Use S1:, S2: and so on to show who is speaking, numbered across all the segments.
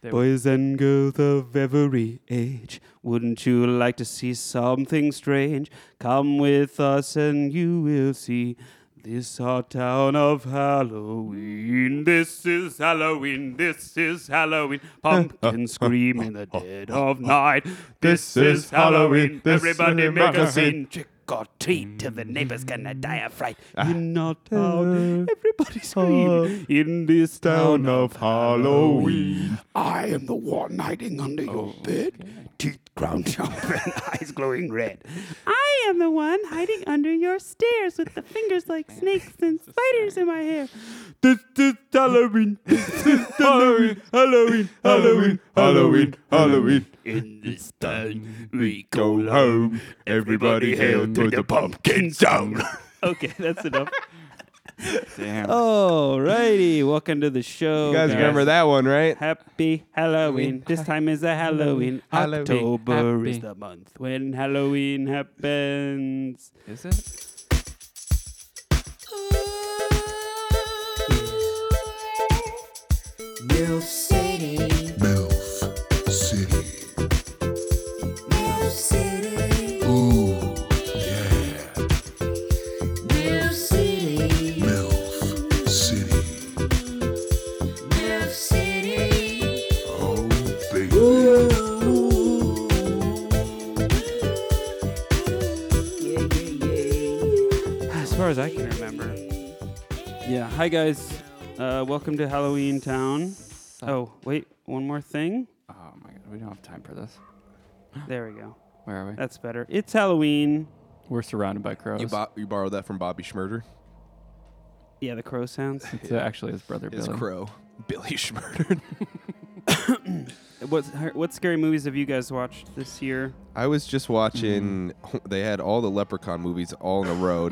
S1: They were-
S2: Boys and girls of every age, wouldn't you like to see something strange? Come with us and you will see this our town of Halloween. This is Halloween, this is Halloween. Pumpkins scream in the dead of night. This is Halloween,
S3: This
S2: everybody
S3: is
S2: make a
S3: Halloween.
S2: scene. Trick or treat till the neighbors gonna die of fright. In our town, everybody scream. In this town
S3: Town
S2: of
S3: of Halloween.
S2: Oh,
S3: Oh.
S2: I am the one hiding under your bed, teeth ground sharp and eyes glowing red.
S4: I am the one hiding under your stairs with the fingers like snakes and spiders in my hair.
S2: This is Halloween. This is Halloween. Halloween.
S3: Halloween, Halloween, Halloween.
S2: In this town, we
S3: Go home, everybody hail to the pumpkin zone.
S2: Okay, that's enough.
S1: Damn.
S2: Alrighty, welcome to the show.
S3: You guys remember that one, right?
S2: Happy Halloween. This time is a Halloween.
S3: Halloween.
S2: October is
S1: Happy.
S2: the month when Halloween happens.
S1: Is it?
S5: MILF City. Ooh, yeah. MILF City. Oh, baby.
S2: As far as I can remember. Yeah. Hi guys. Uh, welcome to Halloween Town. Oh, wait, one more thing.
S1: Oh my god, we don't have time for this.
S2: There we go.
S1: Where are we?
S2: That's better. It's Halloween.
S1: We're surrounded by crows.
S3: You, bo- you borrowed that from Bobby Schmurder.
S2: Yeah, the crow sounds.
S1: It's actually his brother
S3: His
S1: Billy.
S3: crow, Billy Schmurder.
S2: What what scary movies have you guys watched this year?
S3: I was just watching. They had all the Leprechaun movies all in a row,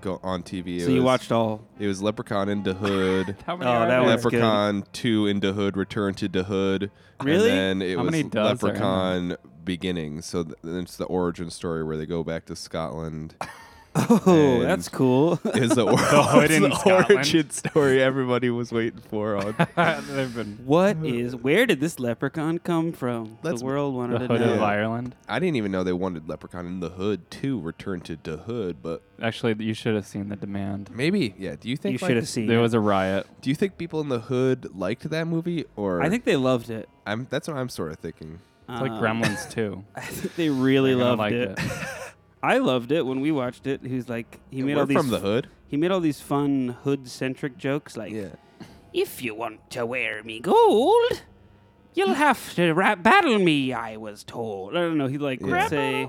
S3: go on TV. It
S2: so you
S3: was-
S2: watched all.
S3: It was Leprechaun into Hood.
S1: How many
S2: Oh,
S1: are
S2: that
S1: there?
S2: was good.
S3: Leprechaun two into Hood, Return to the Hood.
S2: Really?
S3: And then it
S1: How
S3: was
S1: many does there?
S3: Leprechaun Beginnings. So th- it's the origin story where they go back to Scotland.
S2: Oh,
S3: And-
S2: that's cool.
S3: Is the, or-
S1: Hood
S3: it's
S1: in
S3: the
S1: Scotland.
S3: origin story everybody was waiting for on
S1: They've been
S2: what is? Where did this leprechaun come from?
S3: Let's-
S2: the world
S1: the
S2: wanted to
S1: hood
S2: know.
S1: of Ireland.
S3: I didn't even know they wanted Leprechaun in the Hood too. Return to the Hood, but
S1: Actually, you should have seen the demand.
S3: maybe yeah. Do you think
S2: You
S3: like,
S2: should have seen.
S1: There
S2: it.
S1: was a riot.
S3: Do you think people in the Hood liked that movie, or
S2: I think they loved it.
S3: I'm, that's what I'm sort of thinking.
S1: It's like
S2: Um,
S1: Gremlins too.
S2: I think they really
S1: They're gonna
S2: loved
S1: like
S2: it. I loved it when we watched it. He's like he made
S3: We're
S2: all these
S3: from the Hood.
S2: he made all these fun hood centric jokes like
S3: Yeah.
S2: if you want to wear me gold you'll have to ra- battle me I was told. I don't know. He like
S3: Yeah.
S2: would say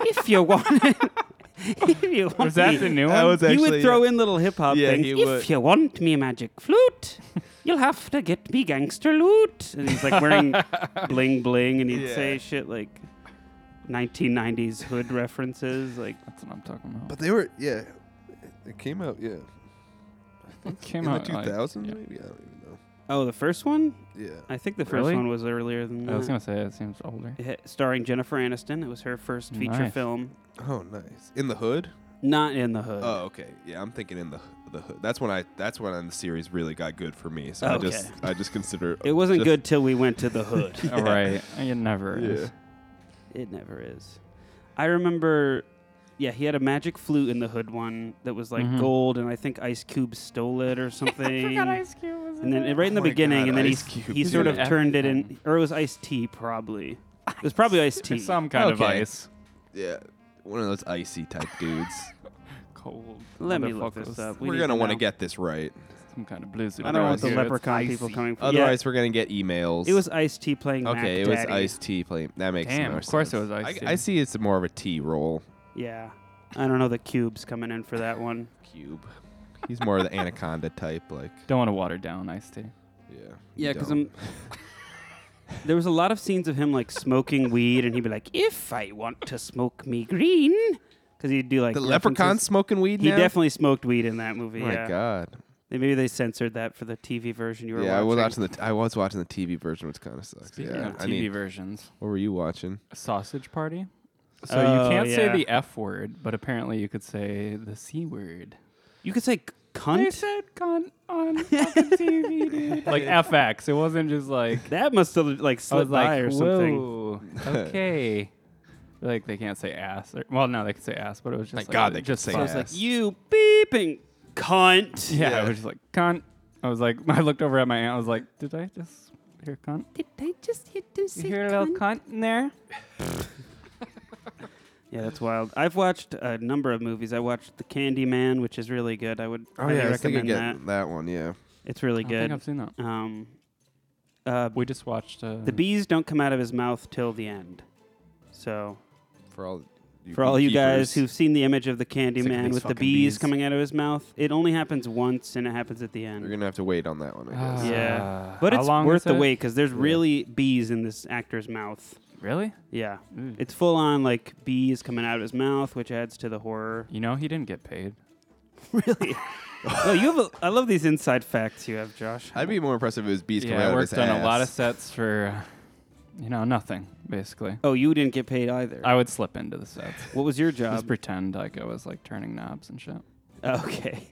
S2: if you want if you want
S1: Was that
S2: me-
S1: the new
S3: That
S1: one?
S3: was
S2: he
S3: actually uh,
S2: would throw in little hip hop
S3: Yeah,
S2: things.
S3: he
S2: If
S3: would.
S2: you want me magic flute, you'll have to get me gangster loot. And he's like wearing bling bling, and he'd
S3: Yeah.
S2: say shit like 1990s hood references. Like
S1: That's what I'm talking about.
S3: But they were yeah. It came out yeah
S1: it came
S3: in
S1: out
S3: the
S1: like-
S3: 2000s
S1: yeah.
S3: maybe. I don't even know.
S2: oh, the first one.
S3: Yeah.
S2: I think the first
S1: Really?
S2: one was earlier than that.
S1: I was gonna say it seems older.
S2: It- starring Jennifer Aniston. It was her first feature
S1: Nice.
S2: film.
S3: Oh, nice. In the Hood.
S2: Not in the hood.
S3: Oh, okay. Yeah, I'm thinking in the the Hood. That's when I that's when the series really got good for me. So I just I just consider
S2: It wasn't
S3: just-
S2: good till we went to the hood.
S1: All right, it never is.
S2: It never is. I remember, yeah, he had a magic flute in the hood one that was like
S3: Mm-hmm.
S1: Mhm.
S2: gold, and I think Ice Cube stole it or something.
S4: I forgot Ice Cube was in
S2: and then
S4: it.
S2: right in the
S3: Oh my
S2: beginning,
S3: God,
S2: and then
S3: Ice
S2: he
S3: Cube
S2: he
S3: did
S2: sort
S1: it.
S2: of turned it in, or it was Ice T probably. It was probably Ice T.
S1: It's some kind of
S3: Okay.
S1: ice.
S3: Yeah. One of those icy type dudes.
S1: Cold.
S2: Let me look this
S1: motherfuckers.
S2: up. We
S3: we're
S2: need
S3: gonna
S2: to
S3: want to
S2: know.
S3: get this right.
S1: Some kind of blues.
S2: I don't want
S3: Otherwise
S2: the
S3: here, it's
S2: leprechaun people coming. For,
S3: Otherwise, we're gonna get emails.
S2: yeah, it was Ice T playing. Mac
S3: okay. It was
S2: Daddy.
S3: Ice T playing. That makes
S1: Damn,
S3: more
S1: of course
S3: sense.
S1: it was Ice-T.
S3: I, I see it's more of a T roll
S2: Yeah, I don't know the cubes coming in for that one.
S3: cube. He's more of the anaconda type, like
S1: Don't want to water down iced tea.
S3: yeah. you
S2: Yeah, because
S3: don't.
S2: I'm. There was a lot of scenes of him like smoking weed, and he'd be like, "If I want to smoke me green," because he'd do like
S3: the leprechaun
S2: references.
S3: smoking weed
S2: He
S3: now.
S2: definitely smoked weed in that movie.
S3: Oh my
S2: yeah.
S3: god.
S2: They- Maybe they censored that for the TV version you were
S3: Yeah, I was
S2: watching.
S3: watching the t- I was watching the TV version, which kind of sucks.
S1: Speaking
S3: yeah,
S1: of TV
S3: I mean,
S1: versions,
S3: what were you watching?
S1: sausage party. So
S2: Oh,
S1: you can't say
S2: yeah.
S1: the F word, but apparently you could say the C word.
S2: You could say c-
S1: They
S2: cunt.
S1: said cunt on fucking TV, dude. Like FX. It wasn't just like
S2: That must have like
S1: I was
S2: slipped by
S1: like,
S2: or something.
S1: whoa, okay. like they can't say ass. Or, well, no, they can say ass, but it was just
S3: Thank
S1: like
S3: God they could
S1: just
S3: say
S1: so I was
S3: ass.
S1: Like,
S2: You beeping cunt.
S1: yeah, I was just like cunt. I was like, I looked over at my aunt. I was like, did I just hear cunt?
S4: Did I just hit to say
S1: You hear a little cunt in there?
S2: Yeah, that's wild. I've watched a number of movies. I watched The Candyman, which is really good. I would
S3: Oh
S2: highly
S3: yeah, I think I
S2: recommend that.
S3: get that one. Yeah.
S2: It's really
S1: I think
S2: good.
S1: I've seen that.
S2: Um, uh,
S1: We just watched uh,
S2: the bees don't come out of his mouth till the end. So
S3: For all you
S2: for all you
S3: beekeepers.
S2: guys who've seen the image of the
S1: Sick of
S2: Candyman
S1: these
S2: with the
S1: fucking
S2: bees,
S1: bees.
S2: coming out of his mouth, it only happens once, and it happens at the
S3: you're
S2: end.
S3: gonna have to wait on that one. I guess.
S1: Ah.
S2: yeah,
S1: Uh,
S2: but
S1: how
S2: it's
S1: long
S2: worth
S1: is
S2: the
S1: it?
S2: wait because there's really bees in this actor's mouth.
S1: really.
S2: Yeah,
S1: Ooh.
S2: it's full on like bees coming out of his mouth, which adds to the horror.
S1: You know, he didn't get paid.
S2: really? oh, you have. A, I love these inside facts you have, Josh.
S3: I'd be more impressive if it was bees coming
S1: yeah, I
S3: out of
S1: worked
S3: his
S1: on a lot of
S3: ass.
S1: sets for, uh, you know, nothing basically.
S2: oh, you didn't get paid either.
S1: I would slip into the sets.
S2: what was your
S1: Just
S2: job?
S1: pretend like I was like turning knobs and shit.
S2: okay.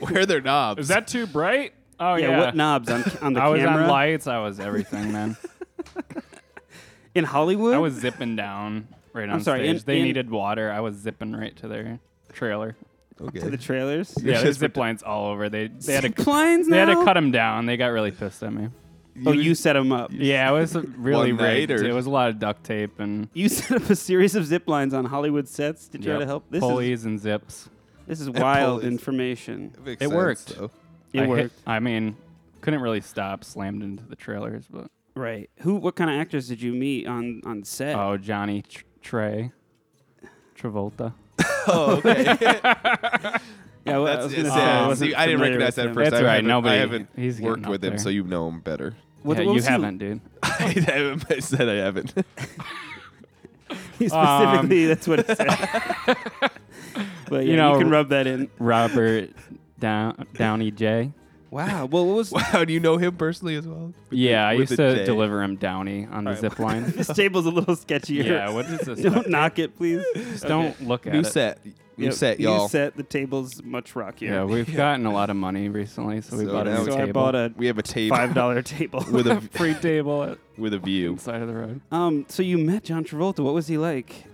S3: Where are their knobs?
S1: Is that too bright? Oh
S2: yeah,
S1: yeah.
S2: What knobs on, on the
S1: I was
S2: camera?
S1: on lights. I was everything, man.
S2: In Hollywood?
S1: I was zipping down right on
S2: sorry,
S1: stage.
S2: in-
S1: they
S2: in-
S1: needed water. I was zipping right to their trailer.
S3: okay.
S2: to the trailers.
S1: Yeah, there's
S3: just
S1: zip lines all over. They they had to
S2: Zip lines
S1: they had to
S2: now?
S1: cut them down. They got really pissed at me.
S2: Oh, you set them up.
S1: Yeah, it was a really
S3: One night
S1: rigged.
S3: or-
S1: It was a lot of duct tape and
S2: You set up a series of zip lines on Hollywood sets to try
S1: yep,
S2: to help. This is
S1: pulleys and zips.
S2: this is wild
S3: pulleys.
S2: information.
S3: Makes
S1: it
S3: sense,
S1: worked.
S3: though.
S2: It
S1: I hit-
S2: worked,
S1: I mean, couldn't really stop. Slammed into the trailers, but
S2: right? Who? What kind of actors did you meet on on set?
S1: oh, Johnny Tr- Trey, Travolta.
S2: yeah, well, I
S3: That's-
S2: was gonna
S3: it's-
S2: say,
S3: yeah,
S2: I, wasn't
S3: see, I didn't
S2: familiar
S3: recognize
S2: with
S3: that
S2: him.
S3: at first.
S1: That's
S3: I
S1: right,
S3: haven't-
S1: nobody-
S3: I haven't
S1: he's getting
S3: worked
S1: up
S3: with him,
S1: there.
S3: so you know him better.
S2: What-
S1: yeah,
S2: what
S1: you
S2: was the-
S1: haven't, dude.
S3: I haven't. I said I haven't.
S2: He
S1: Um,
S2: specifically, that's what it said. but yeah, you,
S1: know,
S2: can rub that in.
S1: Robert Down, Downey J.
S2: Wow. Well, what was
S3: wow, do you know him personally as well?
S1: Yeah, I
S3: with
S1: used
S3: a
S1: to
S3: J.
S1: deliver him Downey on the zip line.
S2: this table's a little sketchier.
S1: yeah, what is this? stuff?
S2: Don't knock it, please.
S1: Just don't look at
S3: New
S1: it.
S3: set. New
S2: Yep,
S3: set,
S2: you
S3: y'all.
S2: set the tables much rockier.
S1: Yeah, we've gotten a lot of money recently, so we
S3: So
S1: bought a
S3: now
S1: new
S3: we-
S2: so
S1: table.
S2: I bought a
S3: We have a table
S2: five dollar table.
S3: with a
S1: free table at
S3: with a view.
S1: side of the road.
S2: um, so you met John Travolta. What was he like?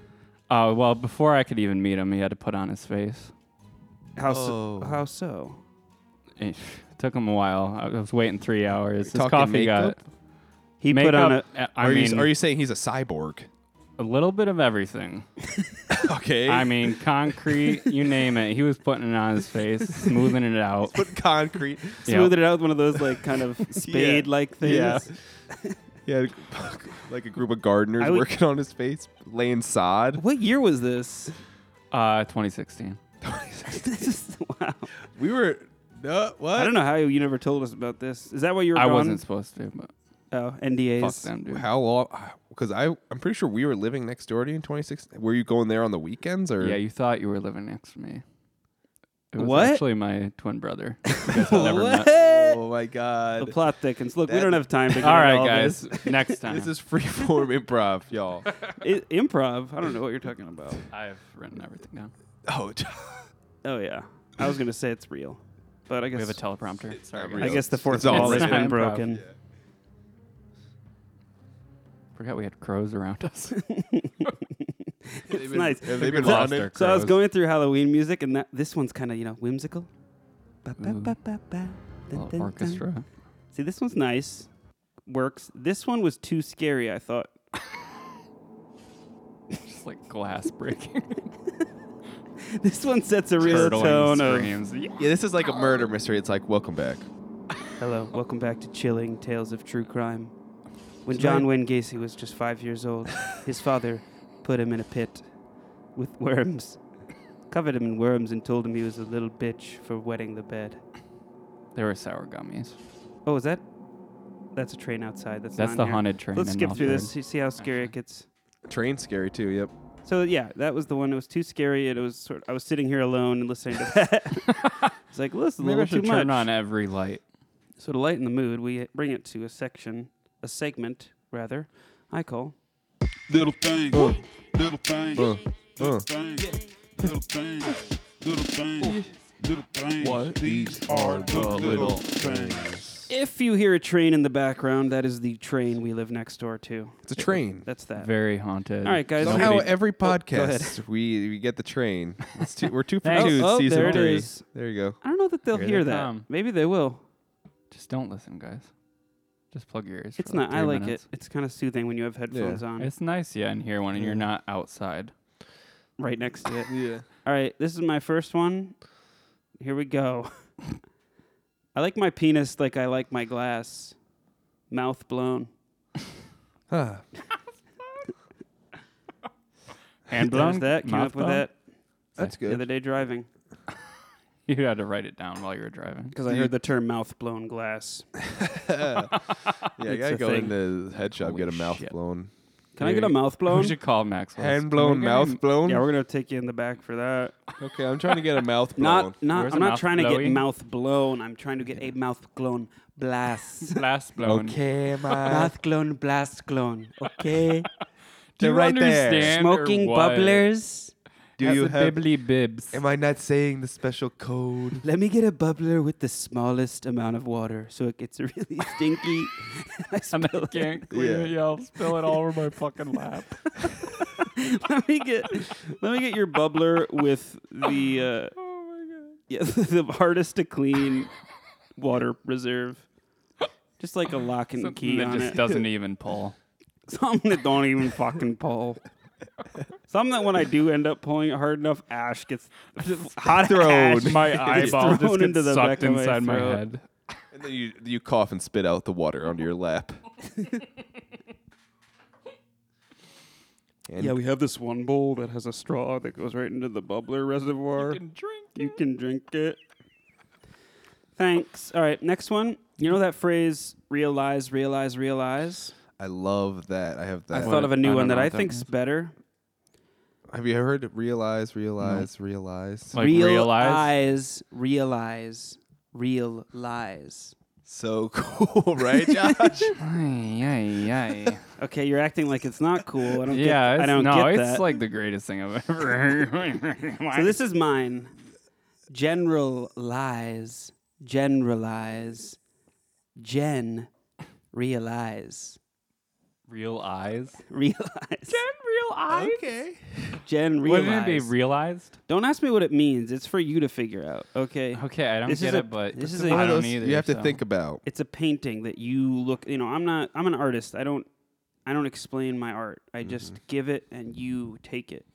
S1: Oh well, before I could even meet him, he had to put on his face.
S2: How so?
S3: Oh.
S2: How so?
S1: It took him a while. I was waiting three hours. His
S3: Talking
S1: coffee
S3: makeup?
S1: got
S2: He
S1: makeup.
S2: put on a.
S1: uh, I
S3: Are
S1: mean,
S3: you are you saying he's a cyborg?
S1: a little bit of everything.
S3: okay.
S1: I mean, concrete, you name it. He was putting it on his face, smoothing it out.
S3: Put concrete.
S1: Yeah.
S2: Smoothed it out with one of those like kind of spade like things.
S3: Yeah. Yeah, like a group of gardeners
S2: I would-
S3: working on his face, laying sod.
S2: What year was this?
S1: Uh, 2016.
S2: this is, wow.
S3: We were no what?
S2: I don't know how you never told us about this. Is that why you were
S1: I
S2: gone?
S1: wasn't supposed to, but
S2: Oh,
S1: fuck
S2: NDAs.
S1: them, dude.
S3: How long? Because I I'm pretty sure we were living next door to you in 2016. Were you going there on the weekends or?
S1: Yeah, you thought you were living next to me. It was
S2: What?
S1: actually my twin brother. You guys had never met.
S3: Oh my
S2: The
S3: god!
S2: plot thickens. Look, we
S3: That-
S2: don't have time to get
S1: All
S2: into
S1: right,
S2: all
S1: guys.
S2: This.
S1: Next time.
S3: This is freeform improv, y'all.
S2: I- improv. I don't know what you're talking about.
S1: I've written everything down.
S3: Oh,
S2: Oh yeah, I was gonna say it's real, but I guess
S1: We have a teleprompter. Sorry,
S3: not
S1: guys.
S2: I
S3: real.
S2: guess the fourth
S3: It's all
S2: wall has
S1: written
S2: been
S1: down.
S2: broken.
S1: Forgot we had crows around us.
S3: it's
S2: nice.
S3: Have they been
S1: Lost
S3: running?
S1: our
S2: So I was
S1: crows.
S2: going through Halloween music, and that, this one's kind of you know whimsical. Ba, ba,
S1: Ooh.
S2: ba, ba, ba. Dun,
S1: Little
S2: dun, dun.
S1: orchestra.
S2: See, this one's nice, works. This one was too scary. I thought.
S1: Just like glass breaking.
S2: This one sets a real
S1: Curdling
S2: tone of
S1: screams. Yeah.
S3: Yeah, this is like a murder mystery. It's like welcome back.
S2: hello, welcome back to chilling tales of true crime. When John Wayne Gacy was just five years old, his father put him in a pit with worms, covered him in worms, and told him he was a little bitch for wetting the bed.
S1: There were sour gummies.
S2: Oh, is that? That's a train outside. That's
S1: That's
S2: not
S1: the
S2: in here.
S1: haunted train.
S2: Let's
S1: in
S2: skip
S1: North
S2: through this.
S1: Bend.
S2: See, see how scary it gets.
S3: Train scary too. Yep.
S2: So yeah, that was the one. It was too scary. And it was sort. I was sitting here alone and listening to that. it's like well, this is a
S1: Maybe I
S2: little
S1: should
S2: too
S1: turn
S2: much.
S1: on every light.
S2: So to lighten the mood, we bring it to a section, a segment rather. I call
S5: Little thing,
S6: Uh.
S5: little thing,
S3: Uh, uh.
S5: thing, little thing, little thing,
S6: little things.
S3: What?
S6: These are the little things.
S2: If you hear a train in the background, that is the train we live next door to.
S3: It's a train.
S2: That's that.
S1: Very haunted.
S2: All right, guys.
S3: Somehow
S2: Nobody-
S3: every
S2: ahead.
S3: podcast we, we get the train. It's two, we're two for
S1: Thanks.
S3: two.
S2: Oh, oh,
S3: season
S2: there it
S3: three.
S2: is.
S3: There you go.
S2: I don't know that they'll
S1: Here they
S2: hear that.
S1: come.
S2: Maybe they will.
S1: Just don't listen, guys. Just plug your ears.
S2: It's
S1: for like
S2: not. I
S1: three
S2: like
S1: minutes.
S2: it. It's kind of soothing when you have headphones on,
S1: It's nice, yeah, in here when
S3: Yeah.
S1: you're not outside.
S2: right next to it.
S3: Yeah.
S2: All right, this is my first one. Here we go. I like my penis like I like my glass, mouth blown.
S3: Huh.
S2: There's
S1: Hand blown.
S2: that. Came
S1: Mouth
S2: up with
S1: blown?
S2: that
S3: That's
S2: the other
S3: good.
S2: day driving
S1: You had to write it down while you were driving.
S2: because I heard the term mouth blown glass.
S3: Yeah, I
S2: It's
S3: gotta
S2: a
S3: go
S2: thing.
S3: into the head shop,
S1: Holy
S3: get a mouth
S1: shit.
S3: blown.
S2: Can I get a
S1: Dude,
S2: mouth blown?
S1: We should call Maxwell.
S3: Hand blown, mouth blown?
S2: Yeah, we're gonna take you in the back for that.
S3: Okay, I'm trying to get a mouth blown.
S2: Not, not.
S1: Where's
S2: I'm
S1: a
S2: not
S1: mouth
S2: trying to get
S1: blowing?
S2: mouth blown. I'm trying to get a mouth blown blast.
S1: Blast blown.
S3: okay, my.
S2: mouth blown blast blown. Okay.
S1: Do you
S3: They're right there.
S1: understand or
S2: Smoking
S1: what?
S2: bubblers.
S3: Do
S1: That's
S3: you
S1: a
S3: have?
S1: bibbly bibs?
S3: Am I not saying the special code?
S2: Let me get a bubbler with the smallest amount of water so it gets really stinky. I
S1: and
S2: spill
S1: I
S2: it.
S1: can't clean
S3: Yeah.
S1: it. Yeah, I'll spill it all over my fucking lap.
S2: let me get let me get your bubbler with the uh, yeah, the hardest to clean water reserve. Just like a lock and
S1: Something
S2: key
S1: that
S2: on
S1: just
S2: it.
S1: doesn't even pull.
S2: Something that don't even fucking pull. Something that when I do end up pulling it hard enough, ash gets hot
S3: thrown.
S2: ash
S1: My
S2: gets
S1: eyeball
S2: thrown
S1: just
S2: into
S1: gets
S2: the
S1: sucked
S2: back of
S1: inside my
S2: throat.
S1: head.
S3: And then you you cough and spit out the water onto your lap. And
S2: Yeah, we have this one bowl that has a straw that goes right into the bubbler reservoir. You can,
S1: drink
S2: drink it. Thanks. All right, next one. You know that phrase, realize, realize, realize?
S3: I love that. I have
S2: I
S3: that.
S2: thought of a new
S1: I
S2: one
S1: don't know
S2: that I
S1: what that
S2: think's
S1: means.
S2: better.
S3: have you heard realize, realize, realize?
S1: Like realize.
S2: eyes, realize, real lies.
S3: So cool, right, Josh?
S2: Okay, you're acting like it's not cool. I don't get
S1: Yeah, it's,
S2: I don't
S1: no,
S2: get
S1: it's
S2: that.
S1: like the greatest thing I've ever heard.
S2: so this is mine. General lies, generalize, gen realize.
S1: real eyes.
S2: realize.
S1: Real eyes.
S3: okay.
S2: Jen realize.
S1: Wouldn't it be realized?
S2: don't ask me what it means. It's for you to figure out. Okay.
S1: Okay, I don't
S2: This is
S1: get
S2: a-
S1: it, but
S2: this is
S1: I
S2: a-
S1: don't
S2: One of
S3: Those
S1: either.
S3: you have to
S1: so.
S3: think about.
S2: It's a painting that you look. You know, I'm not. I'm an artist. I don't. I don't explain my art. I
S1: Mm-hmm.
S2: just give it and you take it.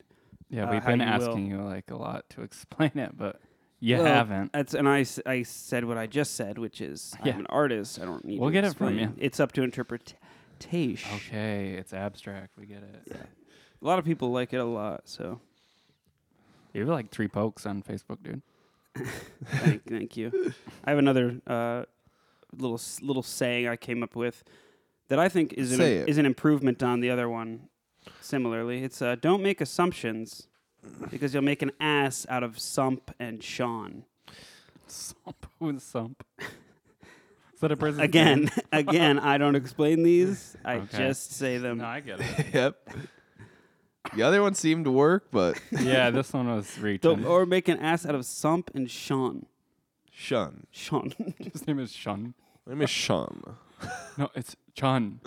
S1: Yeah,
S2: uh,
S1: we've
S2: how
S1: been
S2: you will.
S1: asking you like a lot to explain it, but you
S2: Well,
S1: haven't.
S2: That's and I, s- I said what I just said, which is
S1: Yeah.
S2: I'm an artist. I don't need.
S1: We'll
S2: to
S1: get it from
S2: explain.
S1: you.
S2: It's up to interpretation.
S1: Okay, it's abstract. We get it.
S2: A lot of people like it a lot. So
S1: You're like three pokes on Facebook, dude.
S2: thank, thank you. I have another uh, little s- little saying I came up with that I think is an,
S3: Say it.
S2: is an improvement on the other one. Similarly, it's uh, don't make assumptions because you'll make an ass out of Sump and Sean.
S1: Sump. Who's Sump? Is that a person?
S2: Again, again, I don't explain these. I
S1: Okay.
S2: just say them.
S1: No, I get it.
S3: yep. The other one seemed to work, but
S1: yeah, this one was reaching.
S2: Don't, or make an ass out of Sump and Sean.
S3: shun.
S2: Sean.
S1: His name is Shun.
S3: My name is Shun.
S1: No, it's Chun.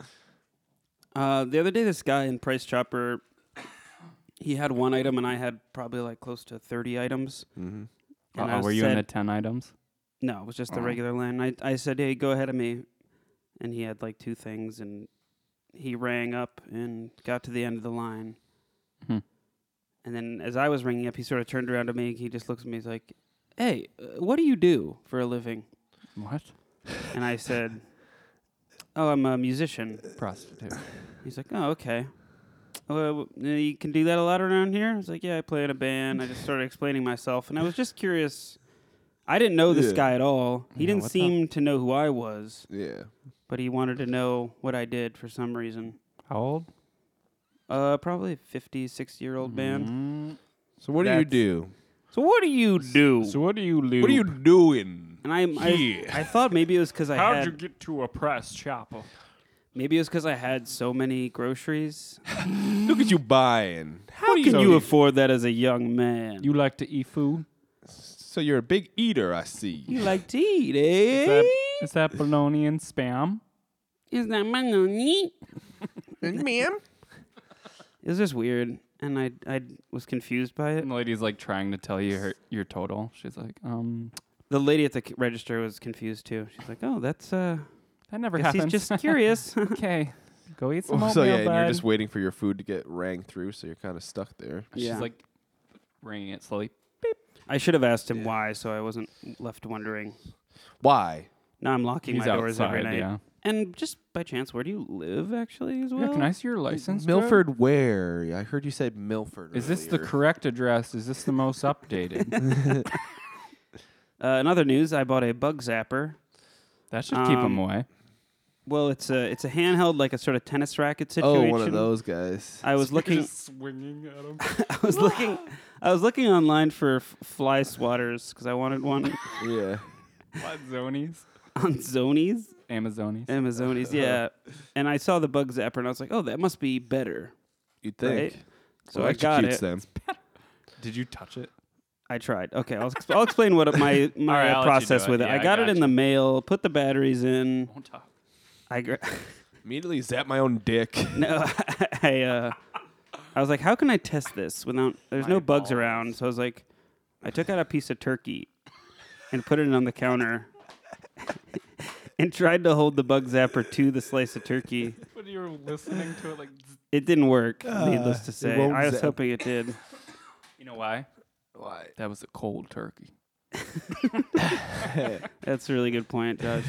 S2: uh, the other day, this guy in Price Chopper, he had one item, and I had probably like close to thirty items.
S3: Mhm.
S2: And
S1: Uh-oh,
S2: I
S1: were you in the
S2: said-
S1: ten items?
S2: No, it was just the
S1: Oh.
S2: regular line. I I said, "Hey, go ahead of me," and he had like two things, and he rang up and got to the end of the line.
S1: Hmm.
S2: And then, as I was ringing up, he sort of turned around to me. He just looks at me. He's like, "Hey, uh, what do you do for a living?"
S1: What?
S2: And I said, "Oh, I'm a musician."
S1: Prostitute.
S2: He's like, oh, okay. Well, uh, you can do that a lot around here? I was like, yeah, I play in a band. I just started explaining myself. And I was just curious. I didn't know this
S3: Yeah.
S2: guy at all. He
S1: Yeah,
S2: didn't
S1: what the-
S2: seem to know who I was,
S3: Yeah.
S2: but he wanted to know what I did for some reason.
S1: How old?
S2: Uh, probably 50, 60 year old band.
S1: Mm.
S3: So what
S1: That's-
S3: do you
S2: So what do you do?
S1: So what do you
S3: do?
S1: lose?
S3: What are you doing?
S2: and I, I, I thought maybe it was because I had
S1: get to a press chapel?
S2: maybe it was because I had so many groceries.
S3: Look at you buying.
S2: How can you afford that as a young man?
S1: You like to eat food?
S3: So you're a big eater, I see.
S2: You like to eat,
S1: Is that,
S2: eh?
S1: is that bologna and spam?
S4: Is that money?
S3: Ma'am?
S2: It was just weird, and I I was confused by it.
S1: And the lady's like trying to tell you her, your total. She's like, um,
S2: The lady at the c- register was confused too. She's like, "Oh, that's uh,
S1: that never
S2: guess he's
S1: happens.
S2: just curious."
S1: okay, go eat some
S3: so
S1: oatmeal,
S3: yeah, and you're
S1: bud.
S3: just waiting for your food to get rang through, so you're kind of stuck there.
S1: She's
S2: Yeah.
S1: like ringing it slowly.
S2: I should have asked him why, so I wasn't left wondering.
S3: Why?
S2: Now I'm locking
S1: He's
S2: my doors every
S1: outside.
S2: night.
S1: Yeah.
S2: And just by chance, where do you live actually as well?
S1: yeah. Can I see your license? bro?
S3: Milford, where? I heard you said Milford.
S1: Is this the
S3: earlier.
S1: correct address? Is this the most updated?
S2: Uh, in other news, I bought a bug zapper.
S1: that should keep
S2: Um,
S1: him away.
S2: Well, it's a it's a handheld like a sort of tennis racket
S3: Oh,
S2: situation.
S3: one of those guys.
S2: I was looking.
S1: swinging at him.
S2: I was looking. I was looking online for f- fly swatters because I wanted one
S3: yeah.
S1: what zonies?
S2: on Zonies,
S1: Amazonies.
S3: Uh-huh.
S2: Amazonies, yeah. And I saw the bug zapper, and I was like, "Oh, that must be better."
S3: You'd
S2: Right?
S3: think.
S2: So I got
S3: Electrocutes
S2: it.
S3: them.
S1: Did you touch it?
S2: I tried. Okay, I'll, exp- I'll explain what my
S1: All
S2: my
S1: right, I'll let you
S2: process
S1: do it.
S2: with it.
S1: Yeah,
S2: I
S1: I
S2: got it
S1: got
S2: in
S1: you.
S2: the mail. Put the batteries in.
S1: Don't talk.
S2: I gra-
S3: Immediately zap my own dick.
S2: no, I uh, I was like, "How can I test this without?" There's no
S1: My
S2: bugs
S1: balls.
S2: around, so I was like, I took out a piece of turkey and put it on the counter. And tried to hold the bug zapper to the slice of turkey.
S1: When you were listening to it, like,
S2: It didn't work, needless to say.
S3: Ah, won't
S2: I was
S3: zap.
S2: hoping it did.
S1: you know why?
S3: Why?
S1: That was a cold turkey.
S2: That's a really good point, Josh.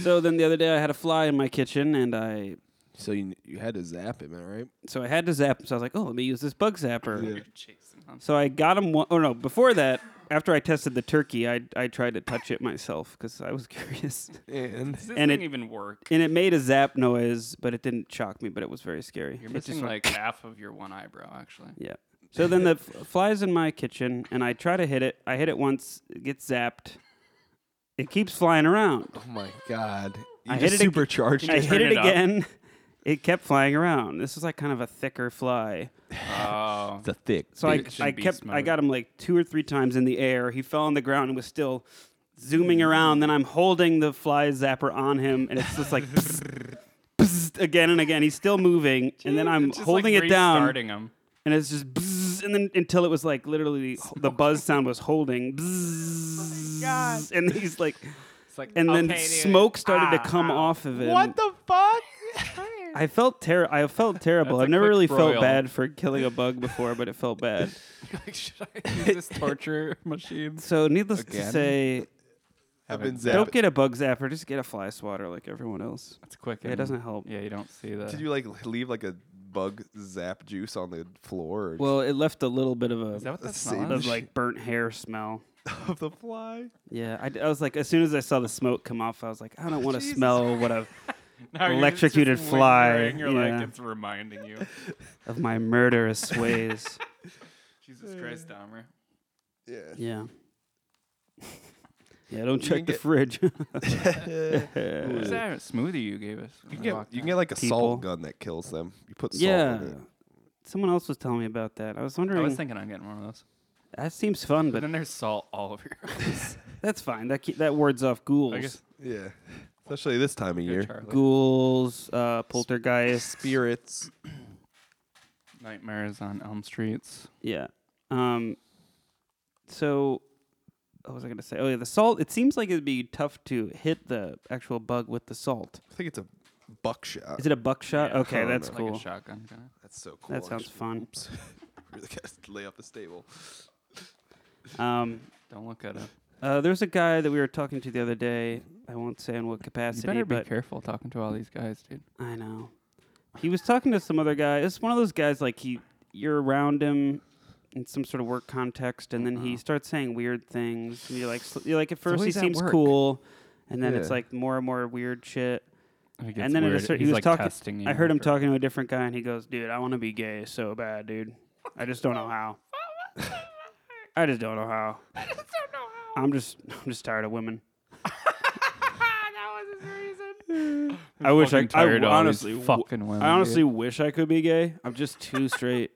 S2: so then the other day I had a fly in my kitchen and I
S3: So you you had to zap him, all right?
S2: so I had to zap so I was like, "Oh, let me use this bug zapper."
S3: Yeah.
S1: Chasing him.
S2: So I got him one oh no, before that, after I tested the turkey, I I tried to touch it myself cuz I was curious.
S3: And
S1: Does this
S2: And
S1: thing
S2: it-
S1: even work?
S2: And it made a zap noise, but it didn't shock me, but it was very scary.
S1: You're
S2: It just
S1: missing
S2: went-
S1: like half of your one eyebrow, actually.
S2: Yeah. So then the f- flies in my kitchen, and I try to hit it. I hit it once, it gets zapped. It keeps flying around.
S3: oh my god, you
S2: I hit
S3: just
S2: it ag-
S3: supercharged
S2: I
S3: it.
S2: hit
S1: turn
S2: it
S1: it up.
S2: again. It kept flying around. This was like kind of a thicker fly.
S1: Oh,
S3: It's a thick.
S2: So I,
S1: It should
S2: I
S1: be
S2: kept I
S1: smooth.
S2: got him like two or three times in the air. He fell on the ground and was still
S1: Mm.
S2: zooming around. Then I'm holding the fly zapper on him, and it's just like psst, psst, again and again. He's still moving, and then I'm
S1: Just, like,
S2: holding it down,
S1: restarting him.
S2: and it's just bzz, and then until it was like literally h- the buzz sound was holding, bzz, and he's like,
S1: It's like,
S2: and then
S1: Oh okay, dude. Ah.
S2: smoke started to come off of him.
S3: what the fuck?
S2: I felt ter- I felt terrible.
S1: That's a
S2: I've never
S1: quick
S2: really felt
S1: broil.
S2: bad for killing a bug before, but it felt bad.
S1: Like, should I use this torture machine?
S2: So, needless to
S3: Again?
S2: say,
S3: I've been
S2: don't
S3: zapped.
S2: get a bug zapper. Just get a fly swatter like everyone else.
S1: It's quick.
S2: It
S1: and-
S2: doesn't help.
S1: Yeah, you don't see that.
S3: Did you like l- leave like a bug zap juice on the floor? Or
S2: Well, it left a little bit of
S1: Is that
S2: a
S1: what that
S3: Let's
S1: smell
S3: see.
S1: is?
S2: of like burnt hair smell.
S3: of the fly?
S2: Yeah, I, d- I was like, as soon as I saw the smoke come off, I was like, I don't want to
S1: Jesus.
S2: smell what a
S1: Now you're just-
S2: electrocuted
S1: just
S2: fly,
S1: lingering, You're
S2: yeah.
S1: like, it's reminding you.
S2: of my murderous ways.
S1: Jesus Christ, Dahmer.
S3: Yeah.
S2: Yeah. Yeah, don't
S3: You
S2: check
S3: can
S2: the
S3: get-
S2: fridge.
S1: What was that smoothie you gave us?
S3: You can get you can get like a
S2: People.
S3: salt gun that kills them. You put salt
S2: yeah.
S3: in it.
S2: Someone else was telling me about that. I was
S1: I
S2: wondering.
S1: was thinking on getting one of those.
S2: that seems fun,
S1: But
S2: but
S1: then there's salt all over your house.
S2: that's fine. That ke- that wards off ghouls.
S1: I guess
S3: Yeah. Especially this time of
S1: you're
S3: year.
S1: Charlie.
S2: ghouls, uh, poltergeists.
S3: Spirits.
S1: Nightmares on Elm Streets.
S2: Yeah. Um. So, what was I gonna say? Oh yeah, the salt. It seems like it'd be tough to hit the actual bug with the salt.
S3: I think it's a buckshot.
S2: Is it a buckshot?
S1: Yeah.
S2: okay,
S3: Oh,
S2: that's
S3: no.
S1: Like
S2: cool.
S1: a shotgun kind of.
S3: That's so cool.
S2: that sounds fun.
S3: Oops. really gotta lay off the stable.
S2: Um.
S1: Don't look at it.
S2: Uh, there's a guy that we were talking to the other day. I won't say in what
S1: You
S2: capacity,
S1: better be
S2: but
S1: careful talking to all these guys, dude.
S2: I know. He was talking to some other guy. It's one of those guys like he you're around him in some sort of work context, and then he starts saying weird things. And you're like, sl- you're like at first he
S1: Uh-huh. always at
S2: seems
S1: work.
S2: cool, and then it's
S3: Yeah.
S2: like more and more weird shit.
S1: It gets
S2: and then at a
S1: weird.
S2: certain,
S1: He's
S2: he was
S1: like testing
S2: talking.
S1: you
S2: I heard him
S1: after-
S2: talking to a different guy, and he goes, "Dude, I want to be gay so bad, dude. I just don't know how. I just don't know how. I just don't know how. I'm just, I'm just tired of women." that was
S1: I'm
S2: his reason. I wish I,
S1: fucking tired
S2: I
S1: of all these
S2: honestly,
S1: fucking women.
S3: Um,
S2: I honestly wish I could be gay. I'm just too straight.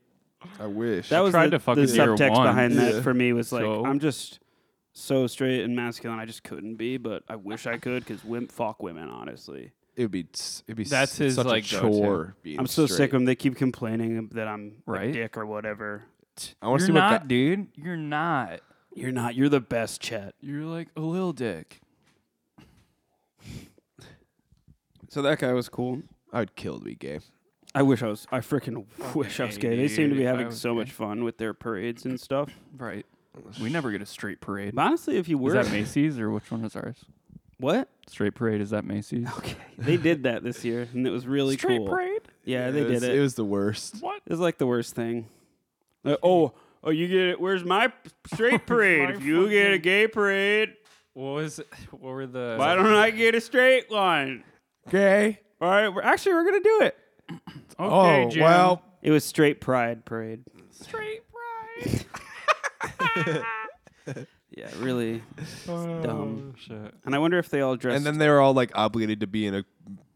S3: I wish.
S2: That was
S1: tried
S2: the,
S1: to fuck
S2: the
S1: his ear
S2: subtext
S1: once.
S2: behind that
S3: Yeah.
S2: for me was like
S1: So?
S2: I'm just so straight and masculine. I just couldn't be, but I wish I could because wim- fuck women. Honestly,
S3: it'd be s- it'd be
S1: That's
S3: s-
S1: his,
S3: such
S1: like,
S3: a
S1: go-to.
S3: chore. Being
S2: I'm so sick
S3: straight.
S2: of them. They keep complaining that I'm a
S1: Right?
S2: dick or whatever.
S3: I want
S1: You're
S3: to see what
S1: not,
S3: that-
S1: dude. You're not.
S2: You're not. You're the best, Chet.
S1: You're like a little dick.
S2: So that guy was cool.
S3: I'd kill to be gay.
S2: I wish I was. I freaking wish I was
S1: Okay,
S2: gay. They seem to
S1: dude,
S2: be
S1: if I
S2: having
S1: was
S2: so
S1: gay.
S2: much fun with their parades and stuff.
S1: Right. We never get a straight parade.
S2: But honestly, if you
S1: Is
S2: were
S1: that Macy's or which one is ours?
S2: what?
S1: Straight parade is that Macy's?
S2: Okay, they did that this year, and it was really cool.
S1: parade.
S2: Yeah, they
S3: it was,
S2: did it. It was,
S3: was the worst.
S2: like the worst thing. Uh, oh, oh, you get it. Where's my p- straight parade? if you get a gay parade,
S1: What was? What were the?
S2: why don't I get a straight one?
S3: Gay.
S2: All right, we're, actually, we're gonna do it.
S3: oh well.
S2: It was straight pride parade.
S1: Straight parade.
S2: Yeah, really dumb.
S1: Shit.
S2: Uh, And I wonder if they all dressed.
S3: And then they were all like obligated to be in a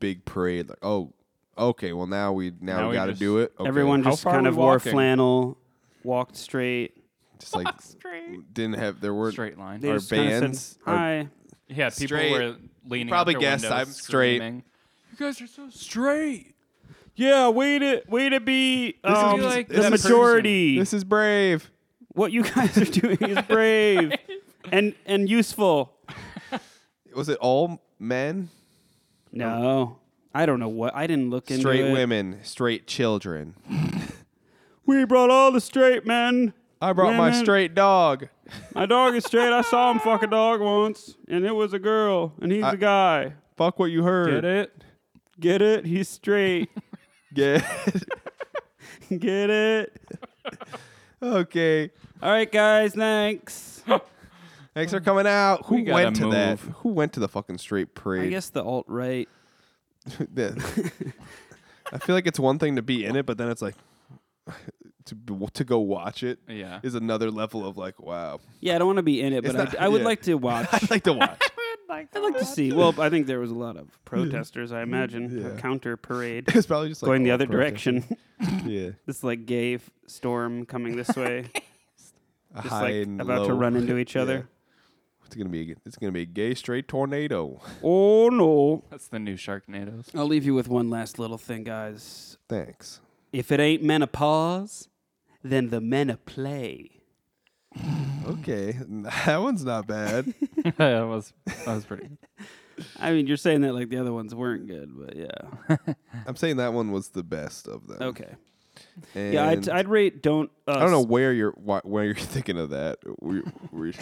S3: big parade. Like, oh, okay. Well, now we now,
S1: Now
S3: we
S1: we
S3: got to
S1: just-
S3: do it. Okay.
S2: Everyone
S1: How
S2: just
S1: far are
S2: kind
S1: we
S2: of wore
S1: walking?
S2: flannel, walked straight.
S3: just like
S1: Straight.
S3: didn't have there were
S1: Straight line.
S2: They
S3: Our
S2: just kinda
S3: bands
S2: said,
S3: are-
S2: Hi.
S1: yeah, people
S3: Straight.
S1: were leaning.
S3: probably
S1: out their
S3: guessed
S1: windows
S3: I'm straight.
S1: screaming, You guys are so straight.
S2: Yeah, way to way to be um,
S1: like
S2: the
S1: that
S2: majority.
S3: This is brave.
S2: what you guys are doing is brave and and useful.
S3: Was it all men?
S2: No, I don't know what. I didn't look into
S3: Straight
S2: it.
S3: women, straight children.
S2: We brought all the straight men.
S3: I brought my
S2: Women.
S3: straight dog.
S2: My dog is straight. I saw him fuck a dog once, and it was a girl, and he's a guy.
S3: Fuck what you heard.
S1: Get it?
S2: Get it? He's straight.
S3: Get it?
S2: Get it?
S3: okay.
S2: All right, guys. Thanks.
S3: Thanks for coming out. Who
S1: We gotta
S3: went to that?
S1: move.
S3: Who went to the fucking straight parade?
S2: I guess the alt right.
S3: The- I feel like it's one thing to be in it, but then it's like to b- to go watch it is
S1: Yeah.
S3: another level of like, wow.
S2: Yeah, I don't want to be in it, but
S3: It's not-
S2: I, I would
S3: yeah.
S2: like to watch.
S3: I'd like to watch.
S2: I'd like to see. Well, I think there was a lot of protesters. I imagine a counter parade
S3: it's probably just like
S2: going the
S3: all
S2: other
S3: protest.
S2: direction.
S3: Yeah,
S2: this like gay f- storm coming this way,
S3: A
S2: just
S3: high
S2: like
S3: and
S2: about to
S3: low.
S2: run into each other.
S3: It's gonna be a- it's gonna be a gay straight tornado.
S2: Oh no!
S1: That's the new Sharknadoes.
S2: I'll leave you with one last little thing, guys.
S3: Thanks.
S2: If it ain't menopause, then the men a play.
S3: Okay, that one's not bad.
S1: that was that was pretty.
S2: I mean, you're saying that like the other ones weren't good, but yeah.
S3: I'm saying that one was the best of them.
S2: Okay.
S3: And
S2: Yeah, I'd, I'd rate don't. Uh,
S3: I don't know where you're why, where you're thinking of that. We, we,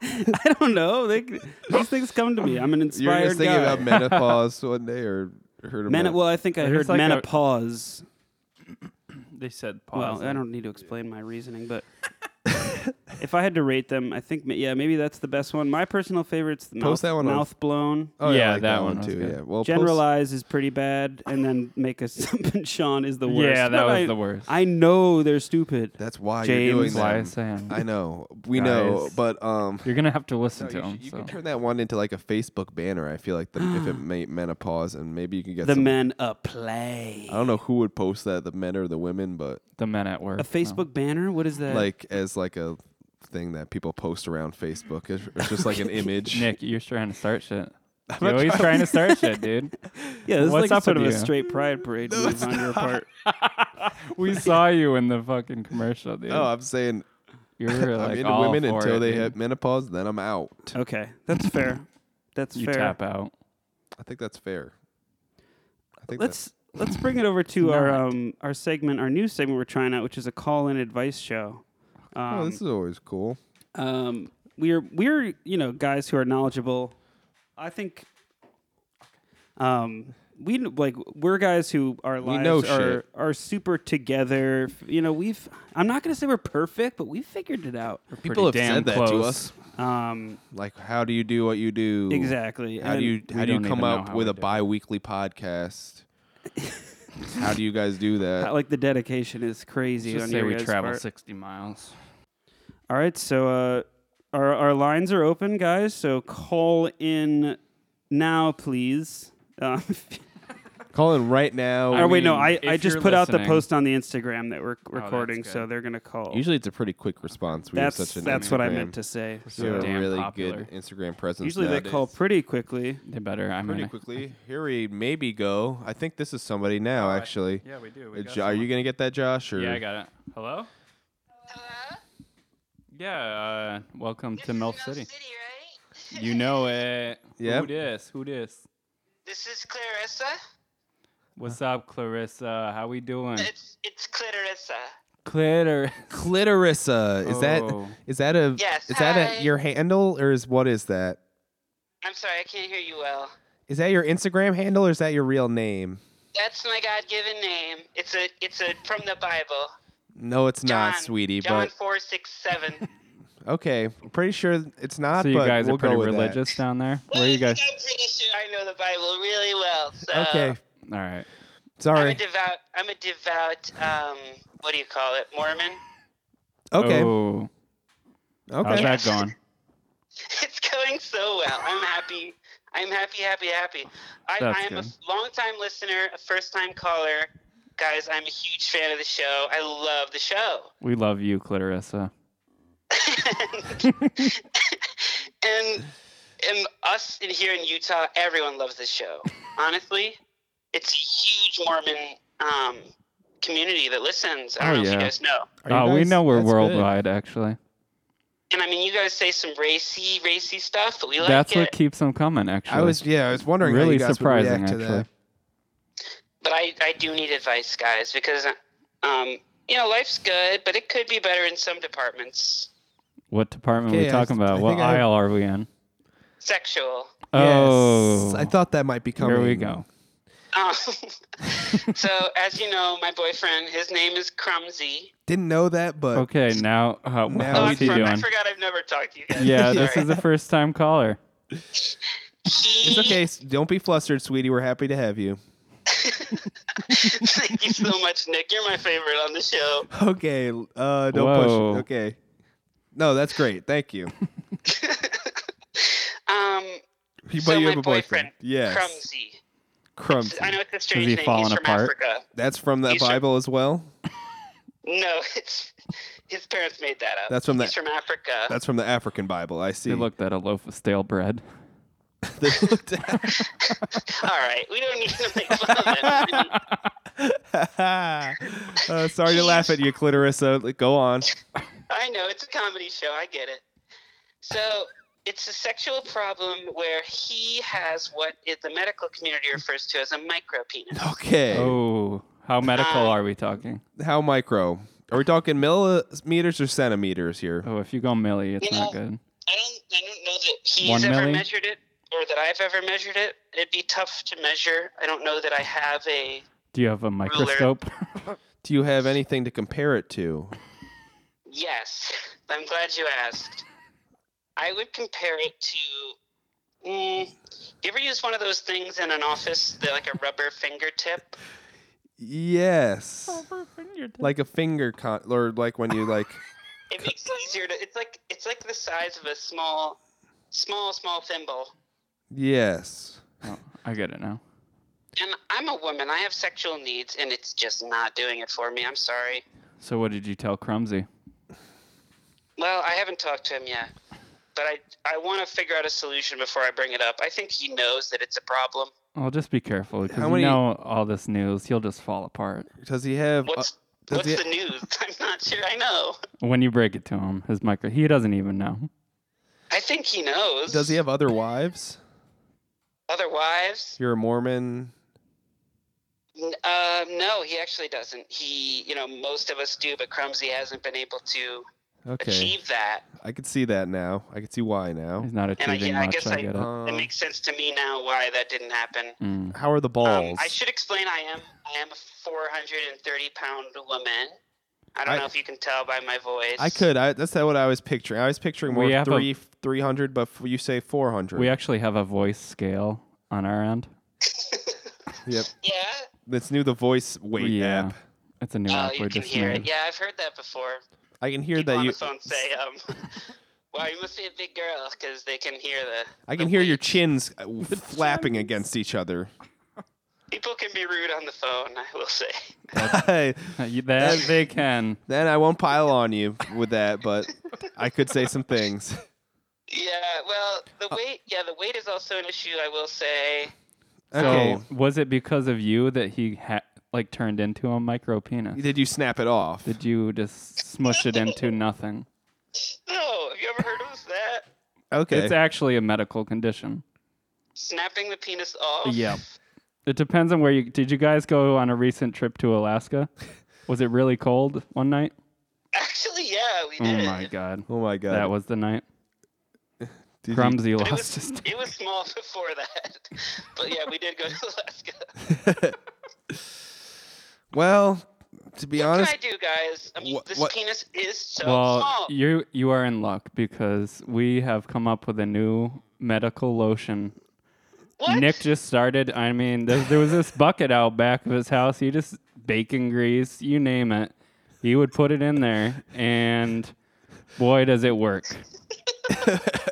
S2: I don't know. They, c- these things come to me. I'm an
S3: you're
S2: inspired
S3: just thinking
S2: guy.
S3: about menopause one day or heard about
S2: Men, well, I think I
S1: It's
S2: heard
S1: like a-
S2: menopause.
S1: They said pause.
S2: Well, I don't need to explain my reasoning, but if I had to rate them, I think ma- yeah, maybe that's the best one. My personal favorite's the mouth,
S3: Post that one on-
S2: mouth blown.
S3: Oh, yeah,
S1: Yeah,
S3: I like
S1: that one was
S3: too.
S1: good.
S3: Yeah. Well, post-
S2: Generalize is pretty bad, and then make a stump and Sean is the worst.
S1: Yeah, that
S2: But
S1: was
S2: I,
S1: the worst.
S2: I know they're stupid.
S3: that's why
S2: James
S3: you're doing
S1: That's why I
S3: that.
S1: say I'm-
S3: I know. We know,
S1: Guys.
S3: but um
S1: You're gonna have to listen
S3: no,
S1: to
S3: you,
S1: them.
S3: should- you
S1: so.
S3: can turn that one into like a Facebook banner. I feel like the, if it made menopause, and maybe you can get
S2: the
S3: some,
S2: men a play.
S3: I don't know who would post that, the men or the women, but
S1: the men at work.
S2: A Facebook banner? What is that?
S3: like as like a thing that people post around Facebook. It's, it's just like an image.
S1: No. Nick, you're trying to start shit. You're always trying to start shit, dude.
S2: yeah, this
S1: what's
S2: is like
S1: up
S2: sort of
S1: with
S2: a
S1: you?
S2: straight pride parade move on your part.
S1: We saw you in the fucking commercial, dude.
S3: No, I'm saying
S1: you were
S3: I'm
S1: like
S3: into
S1: all
S3: women
S1: for
S3: until
S1: it,
S3: they
S1: dude.
S3: hit menopause, then I'm out.
S2: Okay, that's fair. That's
S1: You
S2: fair.
S1: tap out.
S3: I think that's fair. I think that's
S2: let's let's bring it over to our
S1: not.
S2: um our segment, our new segment we're trying out, which is a call in advice show. Um,
S3: oh, this is always cool.
S2: um, we're we're you know guys who are knowledgeable. I think um we kn- like we're guys who our lives
S3: know
S2: are
S3: shit.
S2: are super together. F- You know we've I'm not gonna say we're perfect, but we figured it out.
S1: People have damn said that to close. us.
S2: Um,
S3: Like, how do you do what you do?
S2: exactly.
S3: How
S2: And
S3: do you
S1: we
S3: how do you
S1: don't
S3: come
S1: even know
S3: up
S1: how
S3: with
S1: we
S3: a
S1: do it.
S3: bi-weekly podcast? how do you guys do
S2: I
S3: that?
S2: like the dedication is crazy.
S1: Just
S2: on
S1: say
S2: your
S1: we
S2: guys'
S1: travel
S2: part.
S1: 60 miles.
S2: All right, so uh, our our lines are open, guys. So call in now, please. Uh,
S3: Call in right now.
S1: I
S2: Or wait, no,
S1: mean,
S2: I,
S1: if
S2: I just
S1: you're
S2: put out the
S1: listening- Oh,
S2: post on the Instagram that we're recording, so
S1: good.
S2: they're gonna call.
S3: Usually it's a pretty quick response. We
S2: that's
S3: have such an
S2: that's what I
S3: Instagram-
S2: meant to say.
S1: So
S3: We have a
S1: damn
S3: really
S1: popular.
S3: good Instagram presence.
S2: Usually they
S3: nowadays.
S2: call pretty quickly.
S1: They better. I
S3: pretty
S1: mean,
S3: quickly. Here we maybe go. I think this is somebody now, actually.
S1: Yeah, we do.
S3: Uh, Jo- are you gonna get that, Josh? Or
S1: Yeah, I got it. Hello.
S7: Hello?
S1: Yeah. Uh, welcome
S7: This
S1: to
S7: is
S1: Milf City.
S7: right?
S1: You know it.
S3: Yep.
S1: Who dis? Who dis?
S7: This is Clarissa.
S1: What's up, Clarissa? How we doing?
S7: It's it's Clarissa.
S1: Clitter.
S3: Clitorissa. uh, Is that
S1: Oh.
S3: is that a
S7: Yes,
S3: is that
S7: hi.
S3: a, your handle or is what is that?
S7: I'm sorry, I can't hear you well.
S3: Is that your Instagram handle or is that your real name?
S7: That's my God-given name. It's a it's a from the Bible.
S3: No, it's
S7: John,
S3: not, sweetie.
S7: John four six seven.
S3: But okay, I'm pretty sure it's not.
S1: So you
S3: but
S1: guys
S3: we'll
S1: are pretty
S3: go with that.
S1: religious down there. Where are you guys?
S7: I'm pretty sure I know the Bible really well. So
S3: Okay,
S1: All right.
S7: I'm a
S3: sorry.
S7: devout. I'm a devout. Um, what do you call it? Mormon.
S3: Okay,
S1: Oh, how's
S3: okay.
S1: that going?
S7: It's going so well. I'm happy. I'm happy, happy, happy. I,
S1: That's
S7: I'm a
S1: good.
S7: long time listener, a first time caller. Guys, I'm a huge fan of the show. I love the show.
S1: We love you, Clitorissa.
S7: and and us in here in Utah, everyone loves this show. Honestly, it's a huge Mormon um, community that listens. I don't
S1: Oh,
S7: know if
S1: yeah.
S7: you guys know.
S3: Are you
S1: Oh, we
S3: guys-
S1: know we're
S3: that's good.
S1: worldwide, actually.
S7: And I mean, you guys say some racy, racy stuff, but we like
S1: That's
S7: it.
S1: what keeps them coming, actually.
S3: I was yeah, I was wondering. how
S1: Really
S3: you guys would
S1: surprising,
S3: react to
S1: actually.
S3: that.
S7: but I, I do need advice, guys, because um, you know life's good, but it could be better in some departments.
S1: What department are we
S3: Okay, I-
S1: talking about?
S3: I
S1: What
S3: think I-
S1: aisle are we in?
S7: Sexual.
S1: Oh,
S3: Yes, I thought that might be coming.
S1: here we go.
S7: Um, so as you know, my boyfriend, his name is Crumsy.
S3: Didn't know that, but
S1: Okay, now uh, wh-
S3: Now
S7: Oh,
S1: how's
S7: I,
S1: he
S7: for- I
S1: doing?
S7: forgot I've never talked to you guys.
S1: Yeah,
S7: Sorry.
S1: this is the first time caller.
S7: He-
S3: it's okay. s- Don't be flustered, sweetie. We're happy to have you.
S7: Thank you so much, Nick. You're my favorite on the show.
S3: Okay, l- uh, don't
S1: Whoa.
S3: push it. Okay. No, that's great. Thank you.
S7: Um,
S3: He-
S7: so
S3: but you
S7: my
S3: have a
S7: boyfriend,
S3: boyfriend. Yes.
S7: Crumsy.
S3: Crumbs.
S7: I know it's a strange
S1: he
S7: name.
S1: fallen
S7: He's from
S1: apart?
S7: Africa.
S3: That's from the
S7: He's from-
S3: Bible as well.
S7: No, it's his parents made that up.
S3: That's from
S7: He's
S3: that-
S7: from Africa.
S3: That's from the African Bible. I see.
S1: They looked at a loaf of stale bread.
S3: They looked at-
S7: All right, we don't need to make fun of him.
S3: Uh, sorry to laugh at you, Clitorissa. Like, Go on.
S7: I know it's a comedy show. I get it. So it's a sexual problem where he has what is the medical community refers to as a micropenis.
S3: Okay.
S1: Oh,
S7: Uh,
S1: how medical are we talking?
S3: How micro? Are we talking millimeters or centimeters here?
S1: Oh, if you go milli, it's not
S7: Yeah.
S1: good.
S7: I don't, I don't know that he's
S1: One
S7: ever
S1: milli?
S7: measured it or that I've ever measured it. It'd be tough to measure. I don't know that I have a.
S1: Do you have a microscope?
S3: Do you have anything to compare it to?
S7: Yes, I'm glad you asked. I would compare it to. Mm, you ever use one of those things in an office, that, like a rubber fingertip?
S1: Oh,
S3: Yes. Like a finger con, or like when you like.
S7: It makes it easier to. It's like it's like the size of a small, small, small thimble.
S3: Yes.
S1: Oh, I get it now.
S7: And I'm a woman. I have sexual needs, and it's just not doing it for me. I'm sorry.
S1: So what did you tell Crumsy?
S7: Well, I haven't talked to him yet, but I I want to figure out a solution before I bring it up. I think he knows that it's a problem.
S1: Well, just be careful because
S3: How
S1: you
S3: many-
S1: know all this news. He'll just fall apart
S3: Does he have? uh,
S7: What's
S3: does
S7: what's
S3: he-
S7: the news? I'm not sure. I know.
S1: when you break it to him. His micro, he doesn't even know.
S7: I think he knows.
S3: Does he have other wives?
S7: other wives?
S3: You're a Mormon.
S7: N- Uh, no, he actually doesn't. He, you know, most of us do, but Crumsy hasn't been able to
S3: Okay,
S7: achieve that.
S3: I can see that now. I can see why now.
S1: He's not
S7: I-
S1: achieving
S7: yeah, I
S1: much.
S7: guess
S1: I,
S7: I-
S1: get it.
S7: It
S3: Um,
S7: makes sense to me now why that didn't happen.
S1: Mm.
S3: how are the
S7: Um,
S3: balls?
S7: I should explain. I am I am a 430 pound woman. I don't
S3: I-
S7: know if you can tell by my voice.
S3: I could. I, that's what I was picturing. I was picturing
S1: We
S3: more
S1: have a-
S3: three three hundred, but f- you say four hundred.
S1: We actually have a voice scale on our end.
S3: Yep.
S7: Yeah.
S3: That's new. The voice weight
S1: yeah,
S3: app.
S1: it's a new
S7: Oh,
S1: app
S7: you
S1: we
S7: can
S1: just
S7: hear
S1: made.
S7: it. Yeah, I've heard that before.
S3: I can hear
S7: People
S3: that
S7: on
S3: you.
S7: the phone say, um, "Wow, you must be a big girl," because they can hear the.
S3: I
S7: the
S3: can hear your
S7: weight.
S3: chins uh, flapping against each other.
S7: People can be rude on the phone, I will say.
S3: I-
S1: that they can.
S3: then I won't pile on you with that, but I could say some things.
S7: Yeah, well,
S3: Uh.
S7: the weight, yeah, the weight is also an issue, I will say.
S3: Okay.
S1: So was it because of you that he ha- like turned into a micro penis?
S3: Did you snap it off?
S1: Did you just smush it into nothing?
S7: No, have you ever heard of that?
S3: okay.
S1: It's actually a medical condition.
S7: Snapping the penis off?
S1: Yeah. It depends on where you. Did you guys go on a recent trip to Alaska? Was it really cold one night?
S7: Actually, yeah, we
S1: Oh
S7: did.
S1: my god,
S3: oh my god.
S1: that was the night.
S3: Did you-
S1: Grumsy
S7: But it
S1: lost his.
S7: was, it was small before that. But yeah, we did go to Alaska.
S3: well, to be
S7: What
S3: honest,
S7: can I do, guys? I mean,
S3: What-
S7: this
S3: what-
S7: penis is so
S1: Well,
S7: small.
S1: you you are in luck because we have come up with a new medical lotion.
S7: what?
S1: Nick just started. I mean, there, there was this bucket out back of his house. He just bacon grease, you name it. He would put it in there, and boy, does it work.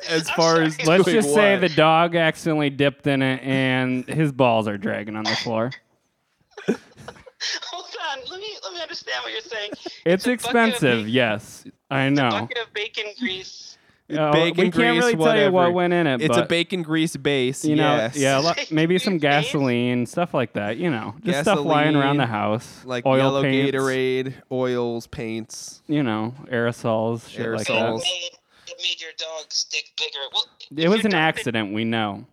S3: as far as
S1: Let's
S3: doing
S1: just say
S3: what?
S1: the dog accidentally dipped in it, and his balls are dragging on the floor.
S7: Hold on, let me let me understand what you're saying.
S1: It's
S7: a bucket of
S1: expensive,
S7: bacon-
S1: yes, I know.
S7: Bucket of bacon grease.
S1: Uh,
S3: bacon
S1: we can't
S3: grease,
S1: really tell you
S3: whatever.
S1: what went in it.
S3: it's
S1: but
S3: a bacon grease base.
S1: You know,
S3: yes.
S1: yeah, lo- maybe some
S7: Dude,
S1: gasoline, stuff like that. You know, just stuff lying around the house,
S3: like
S1: oil
S3: yellow
S1: paints,
S3: Gatorade, oils, paints.
S1: you know, aerosols, shit like
S7: It
S1: that.
S3: Aerosols.
S7: made, it made your dog stick bigger. Well,
S1: It
S7: if
S1: was
S7: you
S1: an
S7: dunk
S1: accident, we know.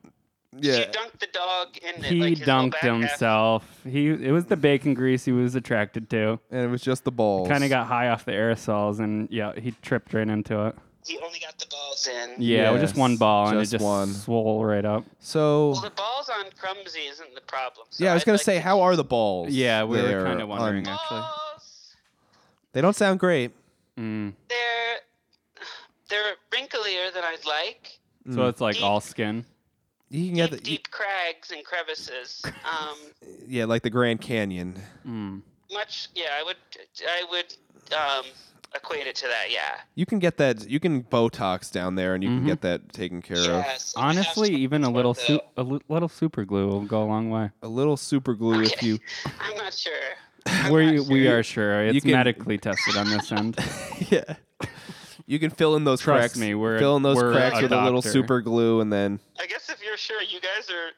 S7: The, if
S3: Yeah.
S7: You dunked the dog in it.
S1: He
S7: like his whole
S1: dunked
S7: back half.
S1: himself. He it was the bacon grease he was attracted to.
S3: And it was just the balls.
S1: Kind of got high off the aerosols, and yeah, he tripped right into it.
S7: He only got the balls in.
S1: Yeah, it was just one
S3: Yes,
S1: ball, and
S3: just
S1: it just
S3: one.
S1: swole right up.
S3: So
S7: Well, the balls on Crumsy isn't the problem. So
S3: yeah, I was
S7: I'd
S3: gonna
S7: like
S3: say,
S7: to-
S3: how are the balls?
S1: Yeah, we were
S3: there
S1: kind of wondering
S3: on-
S1: actually.
S7: Balls,
S3: they don't sound great.
S1: Mm.
S7: they're they're wrinklier than I'd like.
S3: Mm.
S1: So it's like
S7: Deep-
S1: all skin.
S3: You can get
S7: Deep,
S3: the
S7: deep crags and crevices. Um,
S3: yeah, like the Grand Canyon.
S1: Mm.
S7: much. Yeah, I would. I would um, equate it to that. Yeah.
S3: You can get that. You can Botox down there, and you
S1: Mm-hmm.
S3: can get that taken care of.
S7: Yes. and have
S1: Honestly,
S7: some
S1: even a
S7: sort
S1: little
S7: of-
S1: su- a l- little super glue will go a long way.
S3: A little super glue if
S7: Okay.
S3: you.
S7: I'm not sure. I'm
S1: We
S7: not
S1: we
S7: sure.
S1: are sure
S3: You
S1: it's
S3: can-
S1: medically tested on this end.
S3: Yeah. You can fill in those
S1: Trust
S3: cracks.
S1: me, we're-
S3: fill in those
S1: we're
S3: cracks
S1: a
S3: with a little
S1: doctor.
S3: super glue, and then
S7: I guess if you're sure, you guys are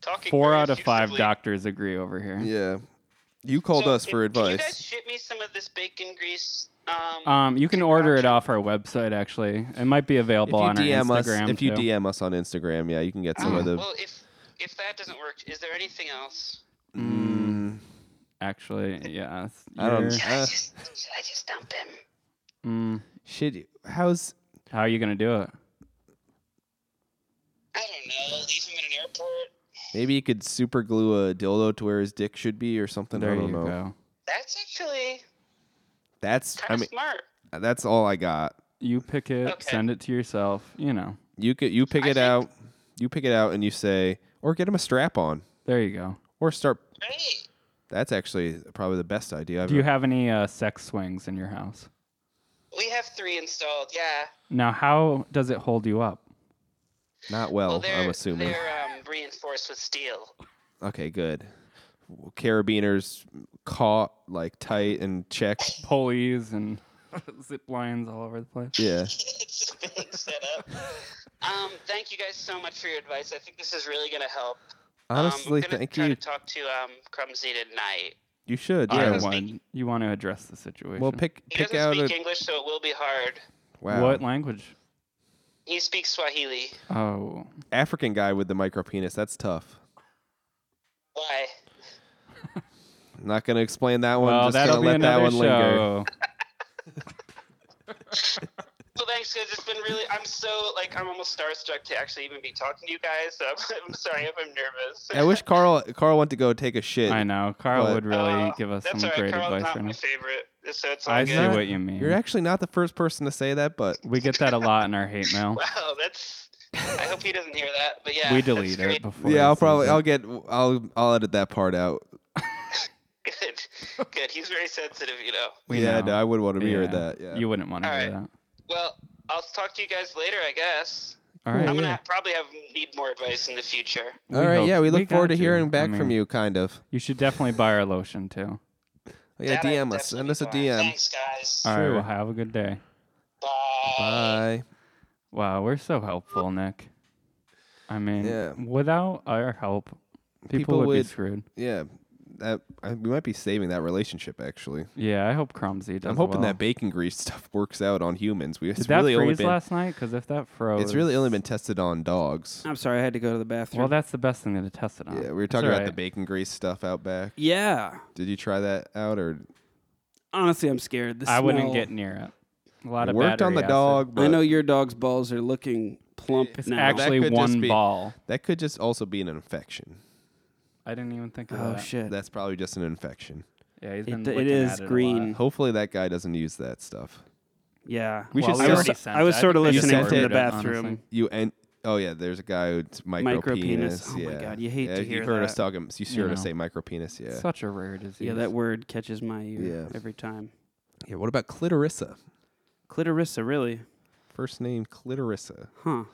S7: talking.
S1: Four
S7: very
S1: out of five
S7: effusively.
S1: doctors agree over here.
S3: yeah. You called
S7: So
S3: us for
S7: if- Can you guys
S3: advice.
S7: ship me some of this bacon grease? Um,
S1: Um, you can order it off our website. Actually, it might be
S3: If
S1: available
S3: you
S1: on
S3: DM
S1: our
S3: us,
S1: Instagram.
S3: if you
S1: too.
S3: DM us on Instagram, yeah, you can get some of the.
S7: Ah. well, if if that doesn't work, is there anything else?
S3: Mm,
S1: actually, yeah, it's-
S3: I don't.
S1: you're-
S3: Uh,
S7: just, should I just dump him?
S1: mm,
S3: should you- how's
S1: how are you gonna do it?
S7: I don't know. Leave him in an airport.
S3: maybe you could super glue a dildo to where his dick should be or something?
S1: There
S3: I don't
S1: you
S3: know.
S1: go.
S7: That's actually
S3: That's
S7: kind
S3: I
S7: of
S3: mean
S7: smart.
S3: that's all I got.
S1: You pick it,
S7: Okay.
S1: send it to yourself. You know,
S3: You could you pick
S7: I
S3: it
S7: think-
S3: out, you pick it out, and you say, or get him a strap on,
S1: there you go.
S3: or start.
S7: Great.
S3: That's actually probably the best idea. I've
S1: Do you
S3: ever-
S1: have any uh, sex swings in your house?
S7: We have three installed. Yeah.
S1: Now, how does it hold you up?
S3: not
S1: Oh,
S3: well,
S7: well, they're
S3: I'm assuming.
S7: they're um, reinforced with steel.
S3: Okay, good. Carabiners caught like tight and checked.
S1: Pulleys and zip lines all over the place.
S3: Yeah.
S7: it's a big setup. Um, thank you guys so much for your advice. I think this is really gonna help. Um,
S3: Honestly,
S7: I'm gonna
S3: thank
S7: try
S3: you.
S7: To talk to um, Crumsy tonight.
S3: you should.
S1: I
S3: Yeah.
S7: was
S1: want
S7: thinking-
S1: you want to address the situation.
S3: Well, pick
S7: He
S3: pick
S7: doesn't
S3: out a
S7: speak English, so it will be hard.
S3: wow
S1: what language?
S7: He speaks Swahili.
S1: Oh,
S3: African guy with the micro penis. That's tough.
S7: Why?
S3: I'm not gonna explain that one.
S1: well,
S3: just
S1: that'll
S3: gonna
S1: be
S3: let that
S1: another
S3: one linger.
S1: show.
S7: Well, thanks, guys. It's been really. I'm so like I'm almost starstruck to actually even be talking to you guys. So I'm, I'm sorry if I'm nervous.
S3: I wish Carl Carl went to go take a shit.
S1: I know Carl
S3: But-
S1: would really
S7: Uh,
S1: give us
S7: that's
S1: some
S7: all right.
S1: great
S7: Carl's
S1: advice
S7: not
S1: right
S7: my
S1: now.
S7: favorite, so it's all
S1: I
S7: good.
S1: see
S3: Not-
S1: what you mean.
S3: You're actually not the first person to say that, but
S1: we get that a lot in our hate mail.
S7: Wow, that's. I hope he doesn't hear that, but yeah,
S1: we
S7: that's
S1: delete it
S7: great.
S1: before.
S3: yeah, I'll
S1: he sees
S3: probably
S1: it.
S3: I'll get I'll I'll edit that part out.
S7: Good, good. He's very sensitive, you know.
S1: We
S3: yeah,
S1: know.
S3: no, I would want to hear
S1: Yeah.
S3: that. Yeah.
S1: You wouldn't want to
S7: All
S1: hear
S7: right. Well, I'll talk to you guys later, I guess.
S1: All right.
S7: I'm gonna
S1: yeah.
S7: probably have need more advice in the future.
S1: We
S3: All right,
S1: hope-
S3: yeah, we look
S1: got
S3: forward to
S1: you.
S3: hearing
S1: I
S3: back from
S1: mean,
S3: you, kind of.
S1: You should definitely buy our lotion too.
S3: Yeah,
S7: That I
S3: DM us. Send
S7: definitely
S3: us a
S7: will.
S3: DM.
S7: Thanks, guys.
S1: All right.
S3: Sure.
S1: Well, have a good day. Uh,
S3: Bye.
S1: Wow, we're so helpful, Nick. I mean,
S3: Yeah.
S1: without our help, people,
S3: People
S1: would, be
S3: would-
S1: screwed.
S3: Yeah, that I, we might be saving that relationship actually.
S1: Yeah, I hope Crumsy does.
S3: I'm hoping
S1: well.
S3: that bacon grease stuff works out on humans. We
S1: Did
S3: it's
S1: that
S3: really only
S1: freeze
S3: been
S1: last night? Because if that froze,
S3: it's really only been tested on dogs.
S2: I'm sorry, I had to go to the bathroom.
S1: Well, that's the best thing to test it on.
S3: Yeah, we were
S1: Ah, It's
S3: talking
S1: all
S3: about the
S1: right.
S3: bacon grease stuff out back.
S2: yeah.
S3: Did you try that out or
S2: Honestly, I'm scared. The
S1: I wouldn't
S2: smell-
S1: get near it. A lot
S3: it
S1: of
S3: worked on
S1: battery
S3: the
S1: acid.
S3: dog? But
S2: I know your dog's balls are looking plump
S1: It's
S2: now.
S1: actually
S3: could just
S1: one
S3: be-
S1: ball.
S3: that could just also be an infection.
S1: I didn't even think of
S2: oh
S1: that.
S2: shit.
S3: That's probably just an infection.
S1: Yeah, he's
S2: It-
S1: been
S2: it
S1: looking
S2: is
S1: at a lot.
S2: green.
S3: Hopefully that guy doesn't use that stuff.
S2: Yeah.
S3: We
S1: Well,
S3: should
S1: we
S3: sell-
S1: already
S2: I was,
S1: sent
S2: I was
S1: it.
S2: sort of
S1: I think we
S2: listening
S3: sent
S2: from
S3: it,
S2: the bathroom.
S1: honestly.
S3: You and oh yeah, there's a guy who's micro
S2: Micropenis.
S3: penis.
S2: Oh my
S3: yeah.
S2: God, you hate
S3: yeah,
S2: to
S3: you've
S2: hear
S3: heard us
S2: that.
S3: talking. You
S1: You
S3: heard us
S1: know.
S3: say micro penis. Yeah.
S1: Such a rare disease.
S2: Yeah, that word catches my ear
S3: Yeah.
S2: every time.
S3: yeah. What about clitorissa?
S2: Clitorissa, really?
S3: First name clitorissa.
S2: Huh.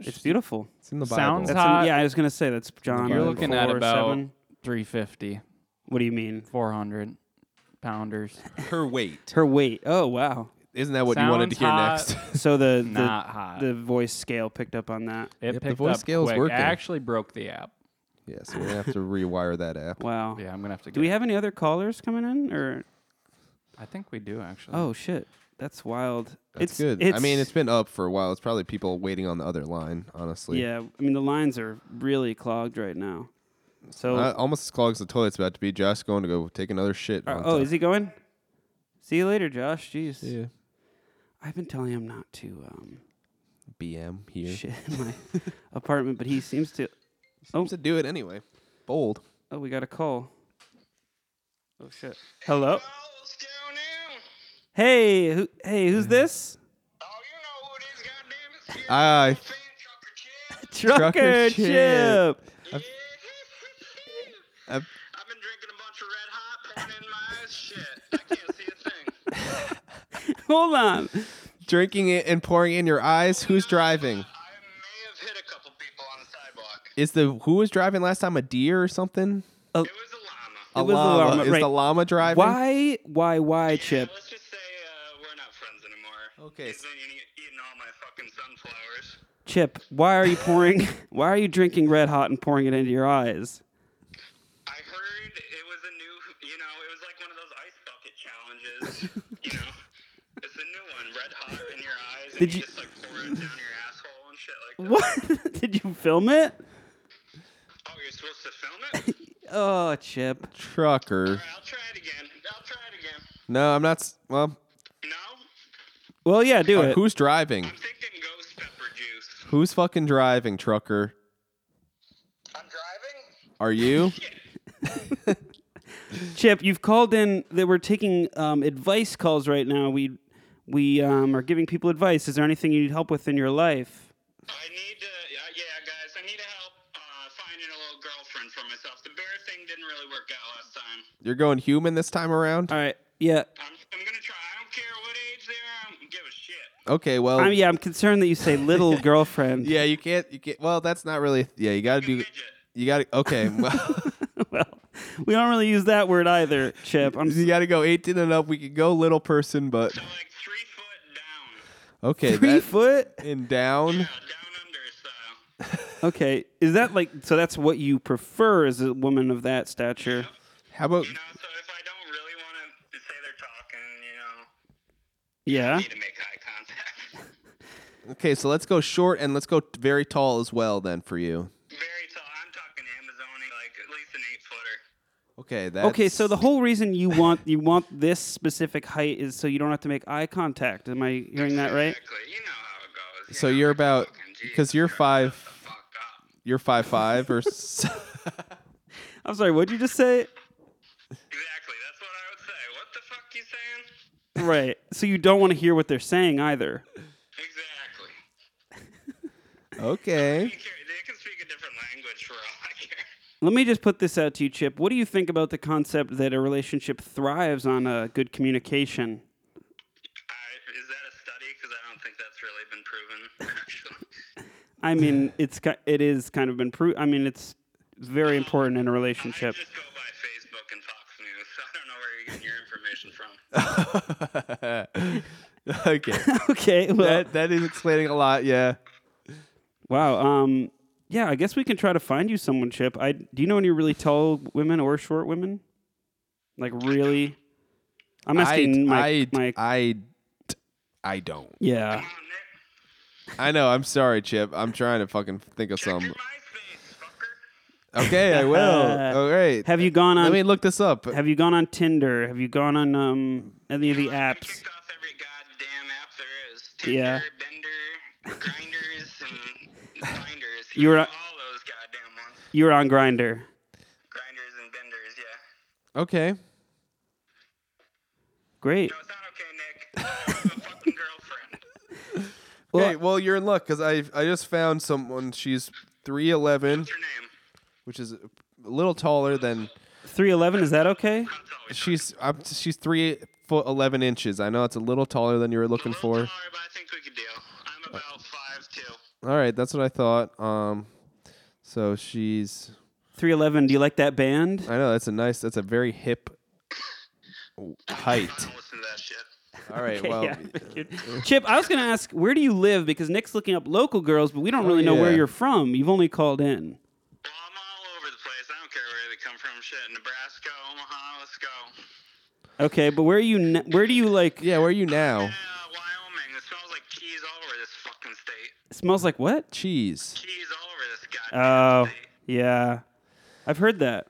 S2: It's beautiful.
S3: It's in the
S1: Sounds
S3: Bible.
S2: That's
S1: hot.
S2: in, yeah, I was gonna say that's John.
S1: You're looking at
S2: 4,
S1: about-
S2: 7.
S1: 350,
S2: What do you mean?
S1: 400 pounders.
S3: her weight.
S2: Her weight. Oh wow.
S3: Isn't that what you wanted to
S1: Sounds
S3: hear
S1: hot.
S3: next?
S2: So the
S1: Not hot.
S2: the, the voice scale picked up on that.
S1: it
S3: Yep, the
S1: picked
S3: voice
S1: up
S3: scale's
S1: quick.
S3: working.
S1: I actually broke the app.
S3: yeah. So we're gonna have to rewire that app.
S2: Wow.
S1: Yeah, I'm gonna have to.
S2: Do
S1: get-
S2: we have any other callers coming in or
S1: I think we do actually.
S2: oh shit. That's wild.
S3: That's
S2: it's
S3: good.
S2: It's,
S3: I mean, it's been up for a while. It's probably people waiting on the other line. Honestly.
S2: yeah, I mean the lines are really clogged right now. So
S3: Uh, almost as clogged as the toilet's about to be. Josh's going to go take another shit.
S2: are-
S3: on
S2: oh,
S3: top.
S2: is he going? See you later, Josh. Jeez.
S3: Yeah.
S2: I've been telling him not to um
S3: BM here.
S2: shit in my apartment, but he seems to
S3: Seems to do it anyway. Bold.
S2: Oh, we got a call. Oh shit. Hello.
S7: Well, what's going on?
S2: Hey, who, hey, who's this?
S7: Oh, you know who it is, goddamn it.
S3: I
S7: Fan E. Trucker Chip.
S2: Trucker
S3: Trucker
S2: Chip.
S3: Chip.
S7: Yeah.
S3: I've-
S7: I've been drinking a bunch of red hot, pouring it in my eyes. Shit, I can't see a thing.
S2: Hold on.
S3: drinking it and pouring it in your eyes. Who's driving?
S7: I may have hit a couple people on the sidewalk.
S3: Is the who was driving last time a deer or something?
S7: It was a llama.
S3: A
S2: It was a
S3: llama.
S2: llama,
S3: Is
S2: right.
S3: the llama driving?
S2: Why, why, why,
S7: Yeah,
S2: Chip?
S7: Let's just say uh, we're not friends anymore.
S3: Okay,
S7: He's
S3: so-
S7: been eating, eating all my fucking sunflowers.
S2: Chip, why are you pouring? why are you drinking Red Hot and pouring it into your eyes?
S7: I heard it was a new, you know, it was like one of those ice bucket challenges. you know, it's a new one, red hot in your eyes, and
S2: Did
S7: you,
S2: you-
S7: just like pour it down your asshole and shit like that.
S2: What? Did you film it?
S7: Oh, you're supposed to film it?
S2: Oh, Chip.
S3: Trucker.
S7: Alright, I'll try it again. I'll try it again.
S3: No, I'm not. s- Well,
S7: No,
S2: Well, yeah, do
S3: uh,
S2: it.
S3: who's driving?
S7: I'm thinking ghost pepper juice.
S3: Who's fucking driving, trucker?
S7: I'm driving.
S3: Are you?
S2: Chip, you've called in that we're taking um, advice calls right now. We we um, are giving people advice. Is there anything you need help with in your life?
S7: I need to, uh, yeah, guys, I need to help uh, finding a little girlfriend for myself. The bear thing didn't really work out last time.
S3: You're going human this time around?
S2: All right. Yeah.
S7: I'm, I'm gonna try. I don't care what age they are. I don't give a shit.
S3: Okay. Well.
S2: I'm, yeah, I'm concerned that you say little girlfriend.
S3: yeah. You can't. You can't. Well, that's not really. Yeah. You gotta do.
S7: Midget.
S3: You gotta. Okay. Well.
S2: well, we don't really use that word either, Chip. I'm
S3: You gotta go 18 and up. We could go little person, but
S7: So like three foot down.
S3: okay.
S2: three
S3: that-
S2: foot.
S3: and down.
S7: Yeah, down under style.
S2: Okay, is that like so? That's what you prefer is a woman of that stature.
S3: How about
S7: You know, so if I don't really want to say they're talking, you know,
S2: Yeah.
S7: need to make eye contact.
S3: okay? So let's go short and let's go t- very tall as well then for you.
S7: Very tall. I'm talking Amazonian, like at least an eight footer.
S3: Okay. That's,
S2: Okay, so the whole reason you want you want this specific height is so you don't have to make eye contact. Am I hearing that right?
S7: Exactly. You know how it goes. You
S3: So
S7: know,
S3: you're
S7: we're
S3: about
S7: talking, Jesus
S3: because you're
S7: Christ,
S3: five.
S7: fuck up.
S3: You're five five or. s-
S2: I'm sorry. What'd you just say?
S7: Exactly. That's what I would say. What the fuck you saying?
S2: Right. So you don't want to hear what they're saying either.
S7: Exactly.
S3: okay.
S7: You care, they can speak a different language for all I care.
S2: Let me just put this out to you, Chip. What do you think about the concept that a relationship thrives on a good communication?
S7: I, is that a study? Because I don't think that's really been proven. Actually.
S2: I mean, it's ki- it is kind of been pro- I mean, it's very important in a relationship.
S8: I just go by Facebook and Fox News. So I don't know where you're getting your information from. Um,
S3: okay.
S2: okay, well,
S3: That, that is explaining a lot, yeah.
S2: wow. Um, yeah, I guess we can try to find you someone, Chip. I do you know any really tall women or short women? Like really? I'm asking my
S3: I,
S2: my
S3: I, I don't.
S2: yeah.
S8: Come on, Nick.
S3: I know. I'm sorry, Chip. I'm trying to fucking think of
S8: Check
S3: some.
S8: your MySpace, fucker.
S3: Okay, I will. All right.
S2: Have you gone on?
S3: Let me look this up.
S2: have you gone on Tinder? Have you gone on um any of the
S8: I've
S2: apps?
S8: Kicked off every goddamn app there is.
S2: Yeah.
S8: Tinder, Bender, Grinders, and Binders.
S2: You were-
S8: all those goddamn ones.
S2: You were on Grinder.
S8: Grinders and Benders, yeah.
S3: Okay.
S2: Great.
S8: No, it's not okay, Nick. I have a fucking girlfriend.
S2: Well-
S3: okay. Well, you're in luck because I I just found someone. She's three eleven,
S8: What's her name?
S3: which is a little taller than
S2: Three eleven. Is that okay?
S8: That's always
S3: she's. i she's three foot eleven inches. I know it's a little taller than you were looking
S8: a little
S3: for.
S8: taller, but I think we could deal. I'm about five two.
S3: All right, that's what I thought. Um, so she's.
S2: Three eleven. Do you like that band?
S3: I know that's a nice. That's a very hip height.
S8: I don't listen to that shit.
S3: All right.
S2: Okay,
S3: well,
S2: yeah, Chip, I was going to ask, where do you live? Because Nick's looking up local girls, but we don't really know where
S3: Oh, yeah.
S2: you're from. You've only called in.
S8: Well, I'm all over the place. I don't care where they come from. Shit, Nebraska, Omaha, let's go.
S2: Okay, but where are you? n where do you like?
S3: yeah. Where are you now?
S8: Yeah, Wyoming. It smells like keys all over this fucking state.
S2: Smells like what?
S3: Cheese.
S8: Keys all over this
S2: Oh,
S8: goddamn state.
S2: yeah, I've heard that.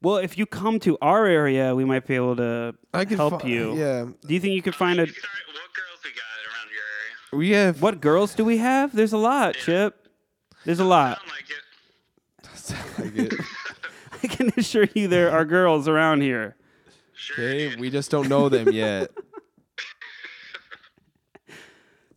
S2: Well, if you come to our area, we might be able to
S3: I could
S2: help
S3: fi-
S2: you.
S3: Yeah.
S2: Do you think you could find a?
S8: You start- what girls we got around your area?
S3: We have
S2: What girls do we have? There's a lot, Chip. There's a lot.
S8: Sound like it.
S3: Like it.
S2: I can assure you, there are girls around here.
S8: Sure.
S3: Okay,
S8: dude.
S3: we just don't know them yet.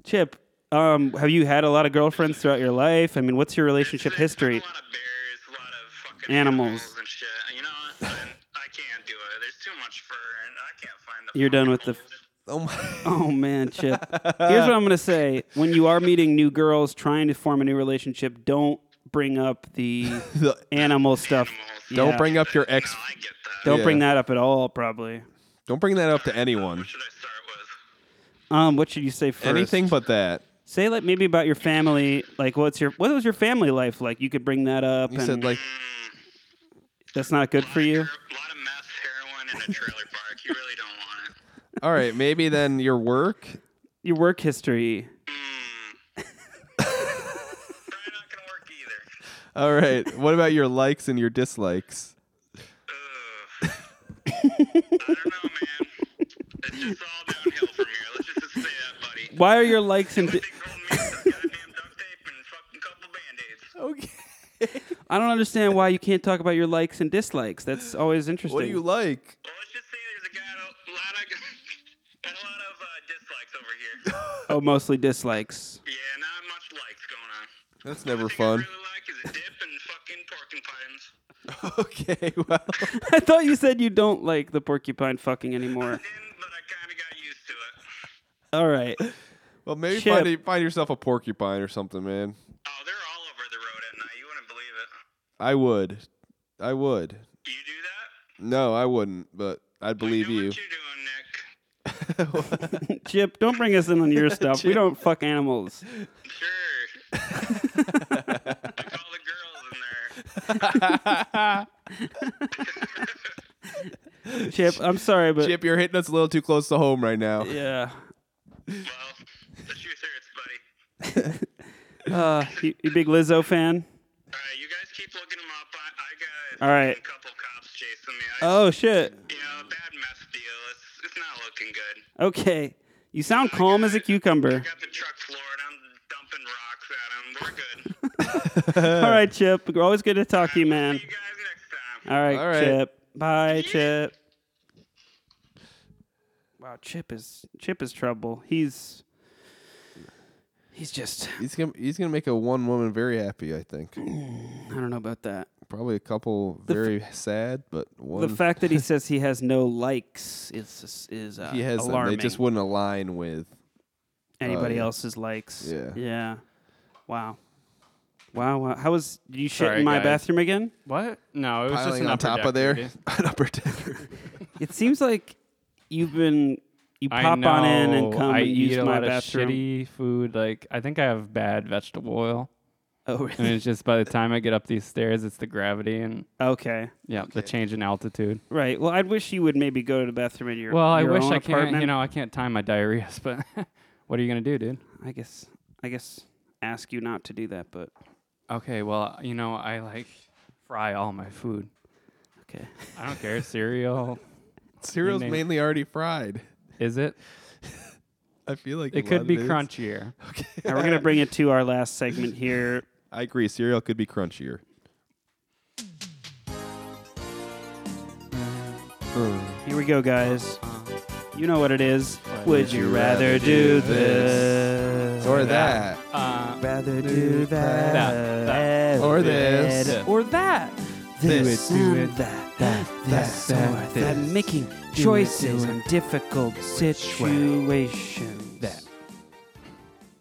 S2: Chip, um, have you had a lot of girlfriends throughout your life? I mean, what's your relationship
S8: There's been
S2: history?
S8: A lot of bears, a lot of fucking
S2: Animals.
S8: animals and shit. You know, I, I can't do it. There's too much fur, and I can't find the.
S2: You're done with the.
S3: oh my.
S2: Oh man, Chip. Here's what I'm gonna say: when you are meeting new girls, trying to form a new relationship, don't bring up the animal stuff.
S3: Don't
S2: Yeah.
S3: bring up your ex.
S8: No, I get that.
S2: Don't
S3: yeah.
S2: bring that up at all. Probably.
S3: Don't bring that up to anyone.
S8: What should I start with?
S2: Um, what should you say first?
S3: Anything but that.
S2: Say like maybe about your family. Like, what's your what was your family life like? You could bring that up.
S3: He
S2: and
S3: said like
S2: that's not good for you.
S8: A lot of meth, heroin, and a trailer park. You really don't want it.
S3: All right, maybe then your work.
S2: Your work history.
S8: Probably not gonna work either.
S3: All right, what about your likes and your dislikes?
S8: Ugh. I don't know, man. It's just all downhill from here. Let's just say that, buddy.
S2: Why are your likes and di-
S8: Everything's holding me is some goddamn duct tape and fucking couple band-aids.
S3: Okay.
S2: I don't understand why you can't talk about your likes and dislikes. That's always interesting.
S3: What do you like?
S8: Well, let's just say there's a guy a lot of got a lot of uh, dislikes over here.
S2: oh, mostly dislikes.
S8: Yeah, not much likes going on.
S3: That's never
S8: Only thing
S3: fun.
S8: I really like is dip and fucking porcupines.
S3: Okay, well,
S2: I thought you said you don't like the porcupine fucking anymore.
S8: Didn't, but I kind of got used to it.
S2: All right.
S3: well maybe
S2: Chip.
S3: find, a, find yourself a porcupine or something, man.
S8: Oh, they're all over the road at night. You wouldn't believe it.
S3: I would. I would.
S8: You do that?
S3: No, I wouldn't, but I'd believe
S8: I know
S3: you.
S8: What you doing, Nick?
S2: Chip, don't bring us in on your stuff. We don't fuck animals.
S8: Sure. Look all the girls in there.
S2: Chip, I'm sorry, but
S3: Chip, you're hitting us a little too close to home right now.
S2: yeah.
S8: Well, the truth hurts, buddy.
S2: Uh, you, you big Lizzo fan?
S8: All right, you guys keep looking them up. I, I got
S2: All right.
S8: a couple cops chasing me. I,
S2: Oh shit.
S8: You know, a bad meth deal. It's, it's not looking good.
S2: Okay. You sound calm as a cucumber.
S8: I got the truck floored. I'm dumping rocks at them. We're good.
S2: All right, Chip. We're always good to talk to you, man.
S8: See you guys next time.
S2: All right,
S3: All right.
S2: Chip. Bye, Chip. Wow, Chip is Chip is trouble. He's he's just
S3: He's gonna he's gonna make a one woman very happy. I think
S2: I don't know about that.
S3: probably a couple very sad, but one
S2: The fact that he says he has no likes is is uh,
S3: he has them,
S2: alarming.
S3: they just wouldn't align with.
S2: Anybody
S3: yeah.
S2: else's likes.
S3: Yeah.
S2: Yeah. Wow. Wow, wow. How was you shit
S1: Sorry,
S2: in my
S1: guys.
S2: bathroom again?
S1: What? No, it was just
S3: Piling
S1: an
S3: on
S1: upper
S3: top
S1: decker,
S3: of there,
S1: dude.
S3: an upper decker.
S2: It seems like you've been you
S1: I
S2: pop on in and
S1: know,
S2: come
S1: I
S2: and
S1: eat
S2: use
S1: a
S2: my
S1: lot
S2: bathroom.
S1: Of shitty food. Like I think I have bad vegetable oil,
S2: Oh,
S1: and
S2: really?
S1: it's just by the time I get up these stairs, it's the gravity and
S2: okay.
S1: yeah, the change in altitude.
S2: Right. Well, I'd wish you would maybe go to the bathroom in your
S1: Well, I
S2: your
S1: wish
S2: own
S1: I
S2: apartment.
S1: can't. You know, I can't time my diarrheas, but what are you gonna do, dude?
S2: I guess I guess ask you not to do that, but
S1: Okay, well, you know, I like fry all my food.
S2: okay.
S1: I don't care cereal.
S3: Cereal's
S1: Name it.
S3: mainly already fried.
S1: Is it?
S3: I feel like a
S1: It
S3: lot
S1: could
S3: of
S1: be
S3: is.
S1: crunchier.
S2: Now we're gonna bring it to our last segment here.
S3: I agree. Cereal could be crunchier.
S2: Here we go, guys. You know what it is. Would you rather do this
S3: Or that.
S1: Uh,
S2: Rather do
S1: that,
S2: that
S3: Or this.
S2: that, or that.
S3: This.
S2: Do it, that, that, this, or that. Making choices in difficult situations. That.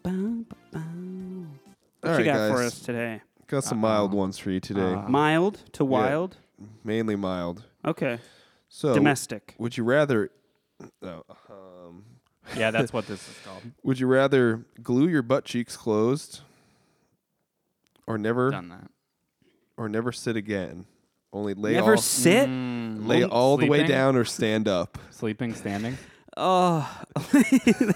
S2: Bum, bum, bum. What
S3: All
S2: you
S3: right,
S2: got for
S3: guys.
S2: us today?
S3: Got some mild ones for you today.
S1: Uh,
S2: Mild to wild.
S3: Mainly mild.
S2: Okay.
S3: So
S2: Domestic.
S3: Would you rather? No, um,
S1: yeah, that's what this is called.
S3: would you rather glue your butt cheeks closed, or never,
S1: Done that.
S3: or never sit again? Only lay
S2: Never
S3: all,
S2: sit.
S1: Mm-hmm.
S3: lay all the way
S1: Mm. Sleeping?
S3: down or stand up.
S1: Sleeping, standing.
S2: Oh,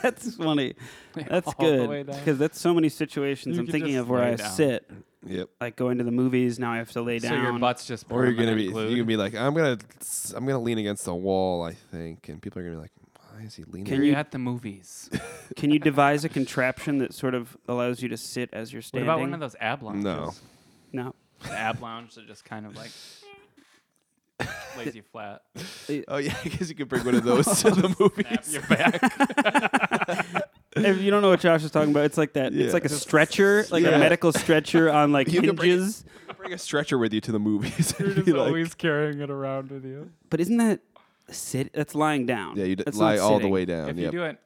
S2: that's funny. That's
S1: All the way
S2: good
S1: down.
S2: because that's so many situations
S1: You
S2: I'm
S1: could
S2: thinking
S1: just
S2: of where
S1: lay
S2: I
S1: down.
S2: sit,
S3: Yep.
S2: like going to the movies. Now I have to lay down.
S1: So your butt's just
S3: Or you're gonna
S1: permanent
S3: be
S1: glued.
S3: you can be like I'm gonna I'm gonna lean against the wall I think and people are gonna be like why is he leaning?
S2: Can
S1: Are
S2: you-
S1: you at the movies?
S2: Can you devise a contraption that sort of allows you to sit as you're
S1: what
S2: standing?
S1: about one of those ab lounges?
S3: No.
S2: No.
S1: The ab lounge that just kind of like lays you flat.
S3: oh yeah, I guess you could bring one of those to the movies.
S1: Your back.
S2: If you don't know what Josh is talking about, it's like that.
S3: Yeah.
S2: It's like a stretcher, like
S3: Yeah.
S2: a medical stretcher on like
S3: You can bring it-
S2: hinges.
S3: bring a stretcher with you to the movies. and be
S1: Just
S3: like-
S1: always carrying it around with you.
S2: But isn't that sit? That's lying down.
S3: yeah, you d-
S2: That's not
S3: lie all the
S2: sitting.
S3: way down.
S1: If
S3: Um, yep.
S1: you do it,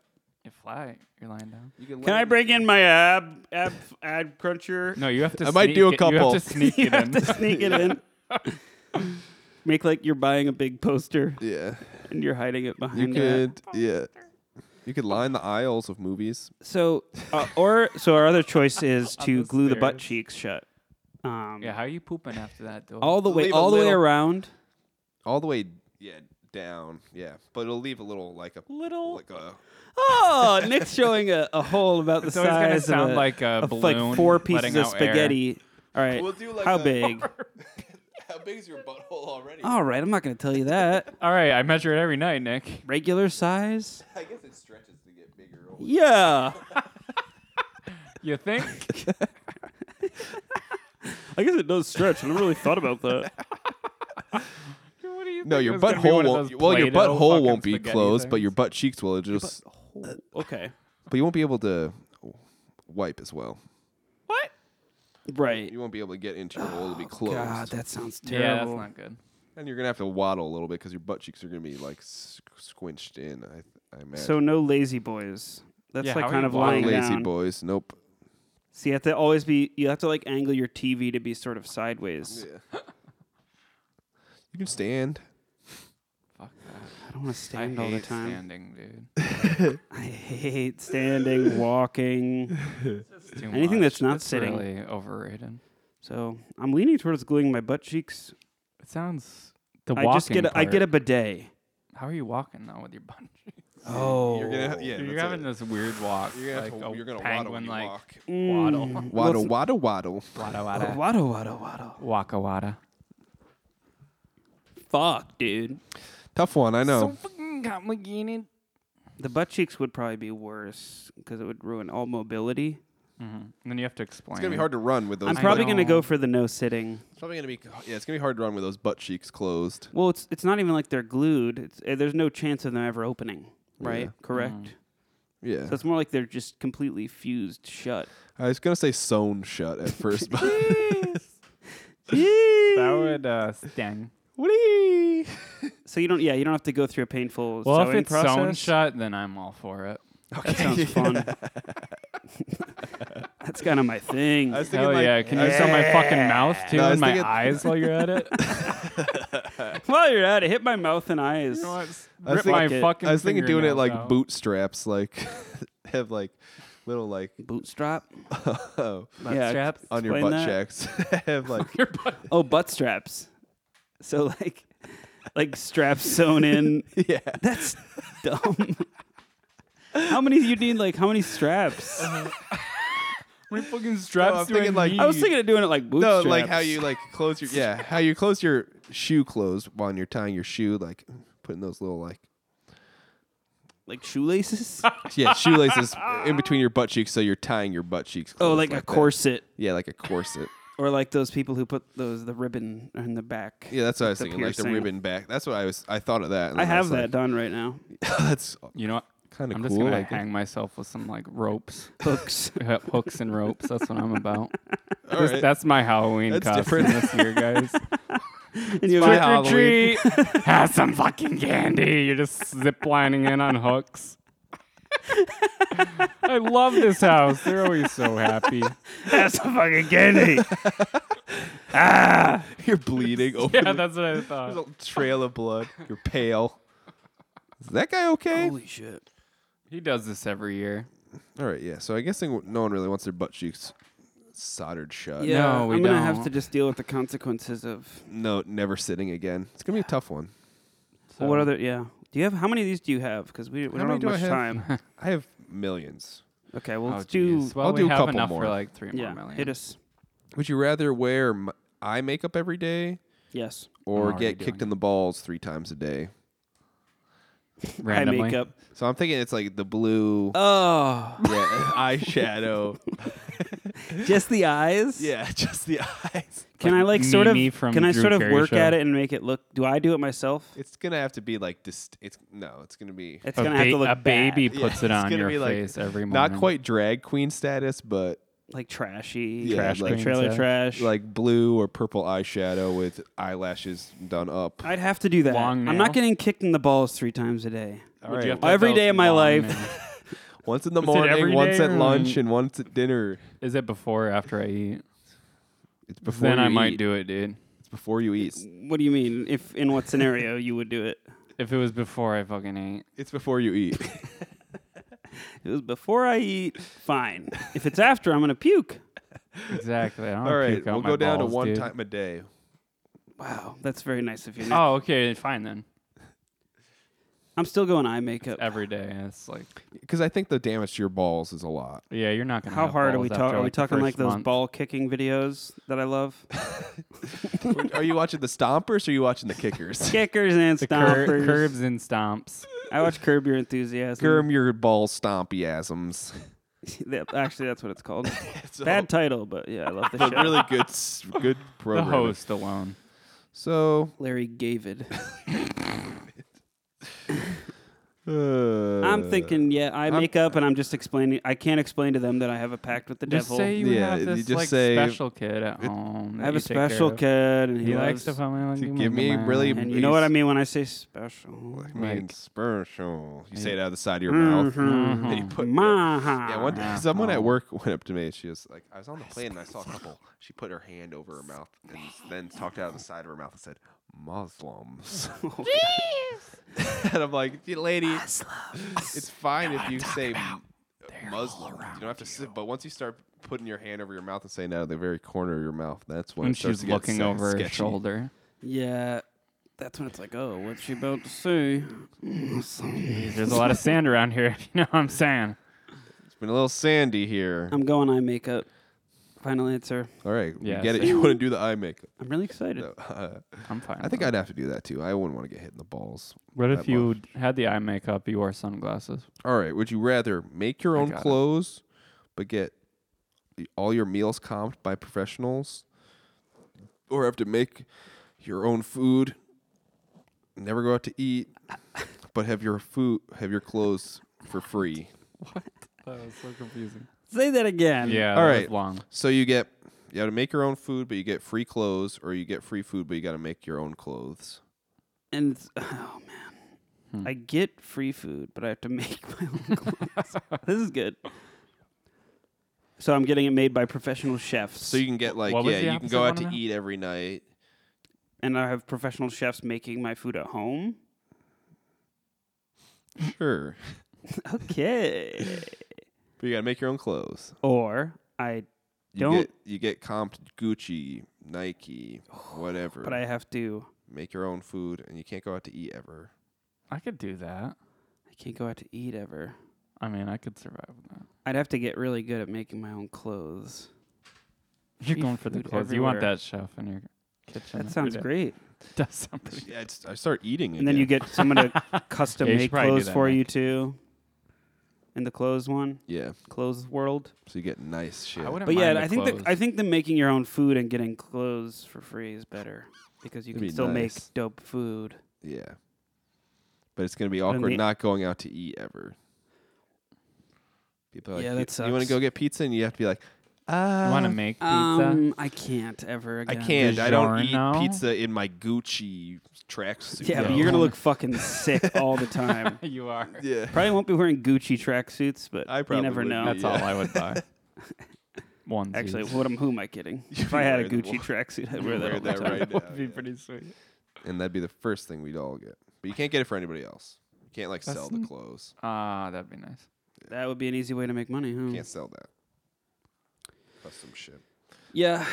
S1: you fly. You're lying down.
S2: Can I bring in my ab ab ab cruncher?
S1: No, you have to.
S3: I might do
S1: sneak
S3: a
S1: it- You
S3: couple.
S1: have to sneak
S2: you
S1: it
S2: have
S1: in.
S2: to sneak it in. Make like you're buying a big poster
S3: Yeah.
S2: and uh, you're hiding it behind.
S3: You
S2: it.
S3: could, yeah. You could line the aisles of movies.
S2: So, uh, or so our other choice is to
S1: the
S2: glue the butt
S1: stairs.
S2: cheeks shut. Um,
S1: Yeah, how are you pooping after that, though?
S2: all the way,
S3: Leave a
S2: all the way
S3: little-
S2: around.
S3: All the way, yeah, down, yeah. But it'll leave a little like a
S2: Little.
S3: like a
S2: Oh, Nick's showing a, a hole about the
S1: it's always
S2: size
S1: gonna
S2: of
S1: sound
S2: a,
S1: like a
S2: of
S1: balloon
S2: like four
S1: letting
S2: pieces of
S1: out air.
S2: spaghetti. All right,
S3: We'll do like
S2: how
S3: a-
S2: big?
S3: How big is your butthole already?
S1: Oh.
S2: all right, I'm not going to tell you that.
S1: All right, I measure it every night, Nick.
S2: Regular size?
S3: I guess it stretches to get bigger.
S2: Yeah,
S1: You think?
S2: I guess it does stretch. I never really thought about that.
S1: what do you
S3: No,
S1: think
S3: your
S1: was gonna be one of
S3: butthole won't.
S1: those
S3: Well, your
S1: Play-Doh
S3: butthole
S1: fucking
S3: won't be
S1: spaghetti
S3: closed, but
S1: things?
S3: your butt cheeks will. It just,
S2: Okay,
S3: but you won't be able to wipe as well.
S2: right.
S3: You won't be able to get into your hole to
S1: Oh,
S3: be closed,
S2: God, that sounds terrible.
S1: yeah, that's not good.
S3: and you're gonna have to waddle a little bit because your butt cheeks are gonna be like s- squinched in. I, I imagine.
S2: So no lazy boys. That's
S1: Yeah, how
S2: like
S1: are
S2: kind
S1: you
S2: of
S1: walking?
S2: lying
S3: lazy
S2: down.
S3: boys. Nope.
S2: So you have to always be. You have to like angle your TV to be sort of sideways.
S3: You can stand.
S1: Fuck that.
S2: I don't want to
S1: I
S2: stand
S1: hate
S2: all the time.
S1: standing, dude.
S2: I hate standing, walking.
S1: It's too
S2: Anything
S1: much.
S2: that's not
S1: It's
S2: sitting.
S1: really overrated.
S2: So I'm leaning towards gluing my butt cheeks.
S1: It sounds the
S2: I
S1: walking.
S2: just get. A, I
S1: part.
S2: get a bidet.
S1: How are you walking though with your bungee?
S2: Oh,
S3: You're gonna, yeah.
S1: Dude, you're having this weird walk.
S3: You're gonna,
S1: like a
S3: you're gonna waddle
S1: penguin,
S3: when you
S1: like
S3: walk.
S1: waddle,
S2: Mm.
S3: Waddle, waddle, waddle.
S1: wada wada,
S2: waddle, waddle, waddle.
S1: waka wada.
S2: Fuck, dude.
S3: Tough one, I know.
S1: fucking complicated.
S2: The butt cheeks would probably be worse because it would ruin all mobility.
S1: And then you have to explain.
S3: it's gonna be hard to run with those.
S2: I'm
S1: I
S3: butt-
S2: probably gonna
S1: know.
S2: go for the no sitting.
S3: it's probably gonna be. Yeah, it's gonna be hard to run with those butt cheeks closed.
S2: Well, it's it's not even like they're glued. It's, uh, there's no chance of them ever opening, right?
S3: Yeah.
S1: Mm.
S2: Correct.
S3: Yeah.
S2: So it's more like they're just completely fused shut.
S3: I was gonna say sewn shut at first, but
S1: That would uh, sting.
S2: So you don't, yeah, you don't have to go through a painful
S1: Well, if
S2: sewing
S1: it's
S2: process.
S1: sewn shut, then I'm all for it.
S2: that sounds fun. That's kind of my thing.
S3: I was thinking
S1: Hell
S3: like,
S1: yeah! Can you sell my fucking mouth too
S3: No, I was
S1: and my
S3: thinking-
S1: eyes while you're at it?
S2: While you're at it, hit my mouth and eyes.
S3: I was
S1: Rip my
S2: thinking-
S1: fucking.
S3: I was thinking doing it
S1: fingernails
S3: like
S1: out.
S3: bootstraps, like have like little like
S2: Bootstrap.
S3: oh,
S2: yeah.
S1: straps?
S3: on your
S2: explain
S3: butt
S2: that.
S3: checks. have like
S1: Your butt-
S2: Oh, butt straps. So like, like straps sewn in.
S3: yeah.
S2: That's dumb. how many do you need? Like how many straps?
S3: Uh-huh.
S1: My fucking straps.
S3: No, I'm
S1: do I
S3: thinking, like-
S1: need?
S2: I was thinking of doing it like
S3: No,
S2: bootstraps.
S3: like how you like close your yeah, how you close your shoe close while you're tying your shoe, like putting those little like
S2: like shoelaces.
S3: yeah shoelaces in between your butt cheeks, so you're tying your butt cheeks.
S2: oh,
S3: closed
S2: like, a
S3: that.
S2: corset,
S3: Yeah, like a corset.
S2: or like those people who put those the ribbon in the back.
S3: Yeah, that's what I was
S2: The
S3: thinking, like the
S2: piercing.
S3: ribbon back. That's what I was. I thought of that. and
S2: I
S3: then was
S2: have that
S3: like,
S2: done right now.
S3: that's
S1: You know what?
S3: kind of
S1: I'm
S3: cool.
S1: just gonna
S3: I guess.
S1: hang myself with some like ropes,
S2: Hooks.
S1: Yeah, hooks and ropes. That's what I'm about.
S3: All
S1: This-
S3: right.
S1: That's my Halloween
S3: That's
S1: costume
S3: different.
S1: this year, guys.
S2: and you
S1: Trick
S2: have
S1: or treat. Have some fucking candy. You're just ziplining in on hooks. I love this house. They're always so happy.
S2: That's a fucking candy.
S3: You're bleeding. Over
S1: Yeah,
S3: the-
S1: that's what I
S3: There's
S1: thought.
S3: a trail of blood. You're pale. Is that guy okay?
S2: Holy shit.
S1: He does this every year.
S3: All right, yeah. So I guess no one really wants their butt cheeks soldered shut.
S2: Yeah,
S1: No, we
S2: I'm gonna have
S1: don't.
S2: to just deal with the consequences of
S3: No, never sitting again. It's gonna be a tough one.
S1: So-
S2: what other. Yeah, do you have how many of these do you have? Because we, we
S3: How
S2: don't
S3: many
S2: have
S3: do I
S2: much
S3: have?
S2: time.
S3: I have millions.
S2: Okay, well
S1: Oh,
S2: let's do.
S1: geez. Well,
S3: I'll
S1: we
S3: do a
S1: have
S3: couple
S1: enough
S3: more.
S1: for like three
S2: yeah,
S1: more million.
S2: hit us.
S3: Would you rather wear m- eye makeup every day
S2: Yes,
S3: or
S1: already
S3: get
S1: doing
S3: kicked in the balls three times a day?
S1: randomly.
S2: eye makeup.
S3: So I'm thinking it's like the blue,
S2: Oh,
S3: yeah, eyeshadow.
S2: just the eyes.
S3: yeah, just the eyes.
S2: Can
S1: Like
S2: I like sort of?
S1: Mimi from
S2: Can I
S1: Drew
S2: sort of
S1: Carey
S2: work
S1: Show.
S2: at it and make it look? Do I do it myself?
S3: It's gonna have to be like dist- It's no, it's gonna be
S2: It's
S1: A,
S2: gonna have
S1: ba-
S2: to look
S1: a baby
S2: bad,
S3: Yeah,
S1: puts it
S3: it's
S1: on
S3: gonna
S1: your
S3: be, like,
S1: face every morning.
S3: not quite drag queen status, but
S2: like trashy,
S3: Yeah, Trash
S2: like
S1: queen
S2: trailer
S1: stuff.
S2: trash.
S3: like blue or purple eyeshadow with eyelashes done up.
S1: Uh,
S2: I'd have to do that.
S1: Long
S2: I'm
S1: nail?
S2: not getting kicked in the balls three times a day.
S3: All right.
S2: Every day of my life.
S3: Once in the
S1: Is it every
S3: morning, once
S1: day
S3: at
S1: or
S3: lunch,
S1: like-
S3: and once at dinner.
S1: Is it before or after I eat?
S3: It's before
S1: then
S3: you
S1: I might
S3: eat.
S1: do it, dude.
S3: It's before you eat.
S2: What do you mean? If in what scenario you would do it?
S1: If it was before I fucking ate.
S3: It's before you eat.
S2: If It was before I eat. Fine. If it's after, I'm gonna puke.
S1: Exactly. I don't
S3: All right,
S1: puke out
S3: we'll
S1: my
S3: go down to
S1: balls,
S3: one
S1: dude.
S3: time a day.
S2: Wow, that's very nice of you. Nick.
S1: Oh, okay. Fine then.
S2: I'm still going eye makeup.
S1: Every day. It's like,
S3: Because I think the damage to your balls is a lot.
S1: yeah, you're not gonna.
S2: How
S1: have
S2: hard are we
S1: balls
S2: talking?
S1: after,
S2: Are we
S1: like, the
S2: talking like
S1: first
S2: those
S1: month.
S2: ball kicking videos that I love?
S3: are you watching the stompers or are you watching the kickers?
S2: Kickers and
S1: The cur-
S2: stompers.
S1: curves and stomps.
S2: I watch Curb Your Enthusiasm.
S3: Germ your ball stompyasms.
S2: That- Actually, that's what it's called. Bad title, but yeah, I love the show.
S3: really good, s- good
S1: The
S3: program.
S1: host alone.
S3: So
S2: Larry David.
S3: uh,
S2: I'm thinking, yeah, I make up, and I'm just explaining. I can't explain to them that I have a pact with the
S1: Just
S2: devil.
S1: say you
S3: Yeah,
S1: have
S3: you
S1: this
S3: just
S1: like
S3: say-
S1: special kid at home.
S2: I
S1: that
S2: have
S1: you
S2: a
S1: take care
S2: special
S1: of.
S2: kid, and he,
S1: He likes
S2: loves,
S1: to fucking
S3: to give me really-
S2: And you know what I mean when I say special?
S3: I mean, spiritual. You say it out of the side of your mouth.
S2: Mhm.
S3: Then you put
S2: Maha.
S1: Ah,
S3: Yeah, one day, someone
S1: Oh.
S3: at work went up to me. and She was like, I was on the plane and I saw a couple. She put her hand over her mouth and then talked out of the side of her mouth and said, Muslims. and I'm like, "Yeah, lady, it's fine if you say m- Muslim. You don't have to sit, but once you start putting your hand over your mouth and saying out of the very corner of your mouth, that's when
S1: When
S3: it starts
S1: she's
S3: to get
S1: looking
S3: se-
S1: over her
S3: sketchy.
S1: shoulder.
S2: Yeah, that's when it's like, oh, what's she about to say?
S1: There's a lot of sand around here, if you know what I'm saying.
S3: It's been a little sandy here.
S2: I'm going eye makeup. Final answer.
S3: All right, we
S1: Yeah,
S3: get it.
S1: same.
S3: You want to do the eye makeup?
S2: I'm really excited.
S3: No, uh,
S1: I'm fine.
S3: I think I'd have to do that too. I wouldn't want to get hit in the balls.
S1: What
S3: that
S1: if you
S3: much.
S1: had the eye makeup, you wore sunglasses?
S3: All right. Would you rather make your own
S1: got it.
S3: clothes, but get the- all your meals comped by professionals, or have to make your own food, never go out to eat, but have your food, have your clothes for free?
S1: That was so confusing.
S2: Say that again.
S1: Yeah,
S3: All
S1: that
S3: right.
S1: was long.
S3: So you get you have to make your own food, but you get free clothes, or you get free food, but you got to make your own clothes.
S2: And it's, oh man,
S3: Hmm.
S2: I get free food, but I have to make my own clothes. this is good. So I'm getting it made by professional chefs.
S3: So you can get like
S1: What was the
S3: yeah, you can
S1: opposite
S3: go
S1: one
S3: out to
S1: now?
S3: eat every night.
S2: and I have professional chefs making my food at home.
S3: Sure.
S2: Okay.
S3: But you gotta make your own clothes.
S2: or I
S3: You
S2: Don't-
S3: get, you get comped Gucci, Nike, whatever.
S2: but I have to
S3: make your own food and you can't go out to eat ever.
S1: I could do that.
S2: I can't go out to eat ever.
S1: I mean, I could survive with that.
S2: I'd have to get really good at making my own clothes.
S1: You're
S2: Free
S1: going for the
S2: food
S1: clothes. You want
S2: everywhere.
S1: that chef in your kitchen.
S3: Mm-hmm.
S2: That sounds great.
S1: It does sound pretty
S3: Yeah, it's, I start eating
S2: And then you
S3: again.
S2: get someone to custom
S1: Yeah, you should
S2: make
S1: probably do
S2: clothes
S1: that,
S2: for
S1: Nick.
S2: you too. In the clothes one,
S3: yeah.
S2: clothes world.
S3: So you get nice shit.
S1: I wouldn't
S2: But yeah,
S1: mind the
S2: I think
S1: clothes.
S2: the, I think the making your own food and getting clothes for free is better because you
S3: That'd
S2: can
S3: be
S2: still
S3: nice.
S2: make dope food.
S3: yeah. But it's gonna be
S2: in
S3: awkward
S2: the-
S3: not going out to eat ever. People are like,
S2: Yeah,
S3: "You-
S2: that
S3: you, want
S2: sucks.
S3: to go get pizza and you have to be like,
S1: you
S3: uh,
S1: want to make pizza?
S2: Um, I can't ever
S3: I
S2: again.
S3: can't. I don't
S1: DiGiorno?
S3: eat pizza in my Gucci tracksuit.
S2: Yeah, but
S1: No.
S2: you're gonna look fucking sick all the time.
S1: you are.
S3: yeah.
S2: Probably won't be wearing Gucci tracksuits, but
S3: I
S2: you
S3: probably
S2: never
S3: would
S2: know.
S1: That's
S3: Yeah.
S1: all I would buy. One.
S2: Actually, what am, who am I kidding? If
S3: You
S2: I had a
S3: wear the
S2: Gucci tracksuit, I'd wear that.
S3: Wear
S2: all the
S3: that
S2: time.
S3: right
S1: that
S3: now,
S1: would be
S3: yeah.
S1: pretty sweet.
S3: and that'd be the first thing we'd all get. But you can't get it for anybody else. You can't like
S1: That's
S3: sell the
S1: n-
S3: clothes.
S1: Ah, that'd be nice.
S2: That would be an easy way to make money, huh?
S3: You can't sell that. That's some shit.
S2: Yeah.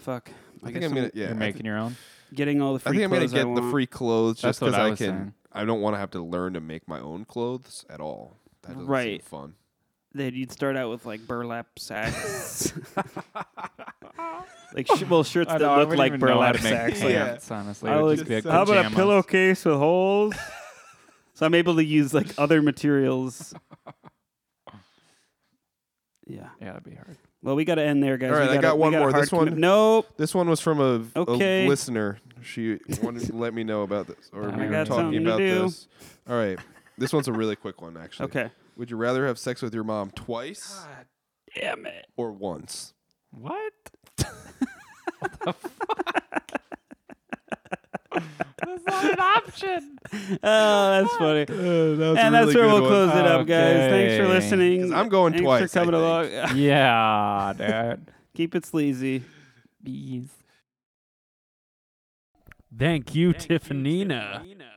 S2: Fuck. I,
S3: I,
S2: guess
S3: think I'm gonna. Yeah,
S1: You're
S3: I
S1: making your own.
S2: getting all the
S3: I
S2: free
S3: think I'm gonna
S2: clothes
S3: get
S2: I
S3: the
S2: want.
S3: free clothes
S1: That's
S3: just
S1: what
S3: because
S1: I
S3: I,
S1: was
S3: can.
S1: saying.
S3: I don't want to have to learn to make my own clothes at all. That doesn't
S2: Right.
S3: seem fun.
S2: That you'd start out with like burlap sacks. like sh- well, shirts that look like burlap sacks. like,
S1: pants, honestly. It
S2: I
S1: would
S2: like-
S1: just be like
S2: how about a
S1: pajamas.
S2: pillowcase with holes? so I'm able to use like other materials. Yeah.
S1: Yeah, that'd be hard.
S2: Well, we got to end there, guys.
S3: All
S2: We
S3: right, I
S2: gotta-
S3: got
S2: we
S3: one
S2: a
S3: more.
S2: hard
S3: This one-
S2: commit- Nope.
S3: This one was from a, a
S2: Okay.
S3: listener. She wanted to let me know about this, or
S1: I
S3: we were
S1: got something
S3: talking
S1: to
S3: about
S2: do.
S3: this. All right, this one's a really quick one, actually.
S2: Okay.
S3: Would you rather have sex with your mom twice
S2: Damn it.
S3: or once?
S1: What? That's not an option.
S2: Oh, that's funny. and that's where we'll close it up, guys. Thanks for
S1: Okay.
S2: listening.
S3: 'Cause I'm going
S2: Thanks
S3: twice,
S2: for
S3: I
S2: coming
S3: think.
S2: along.
S1: Yeah, dude.
S2: Keep it sleazy.
S1: Bees. Thank you, Tiffanina.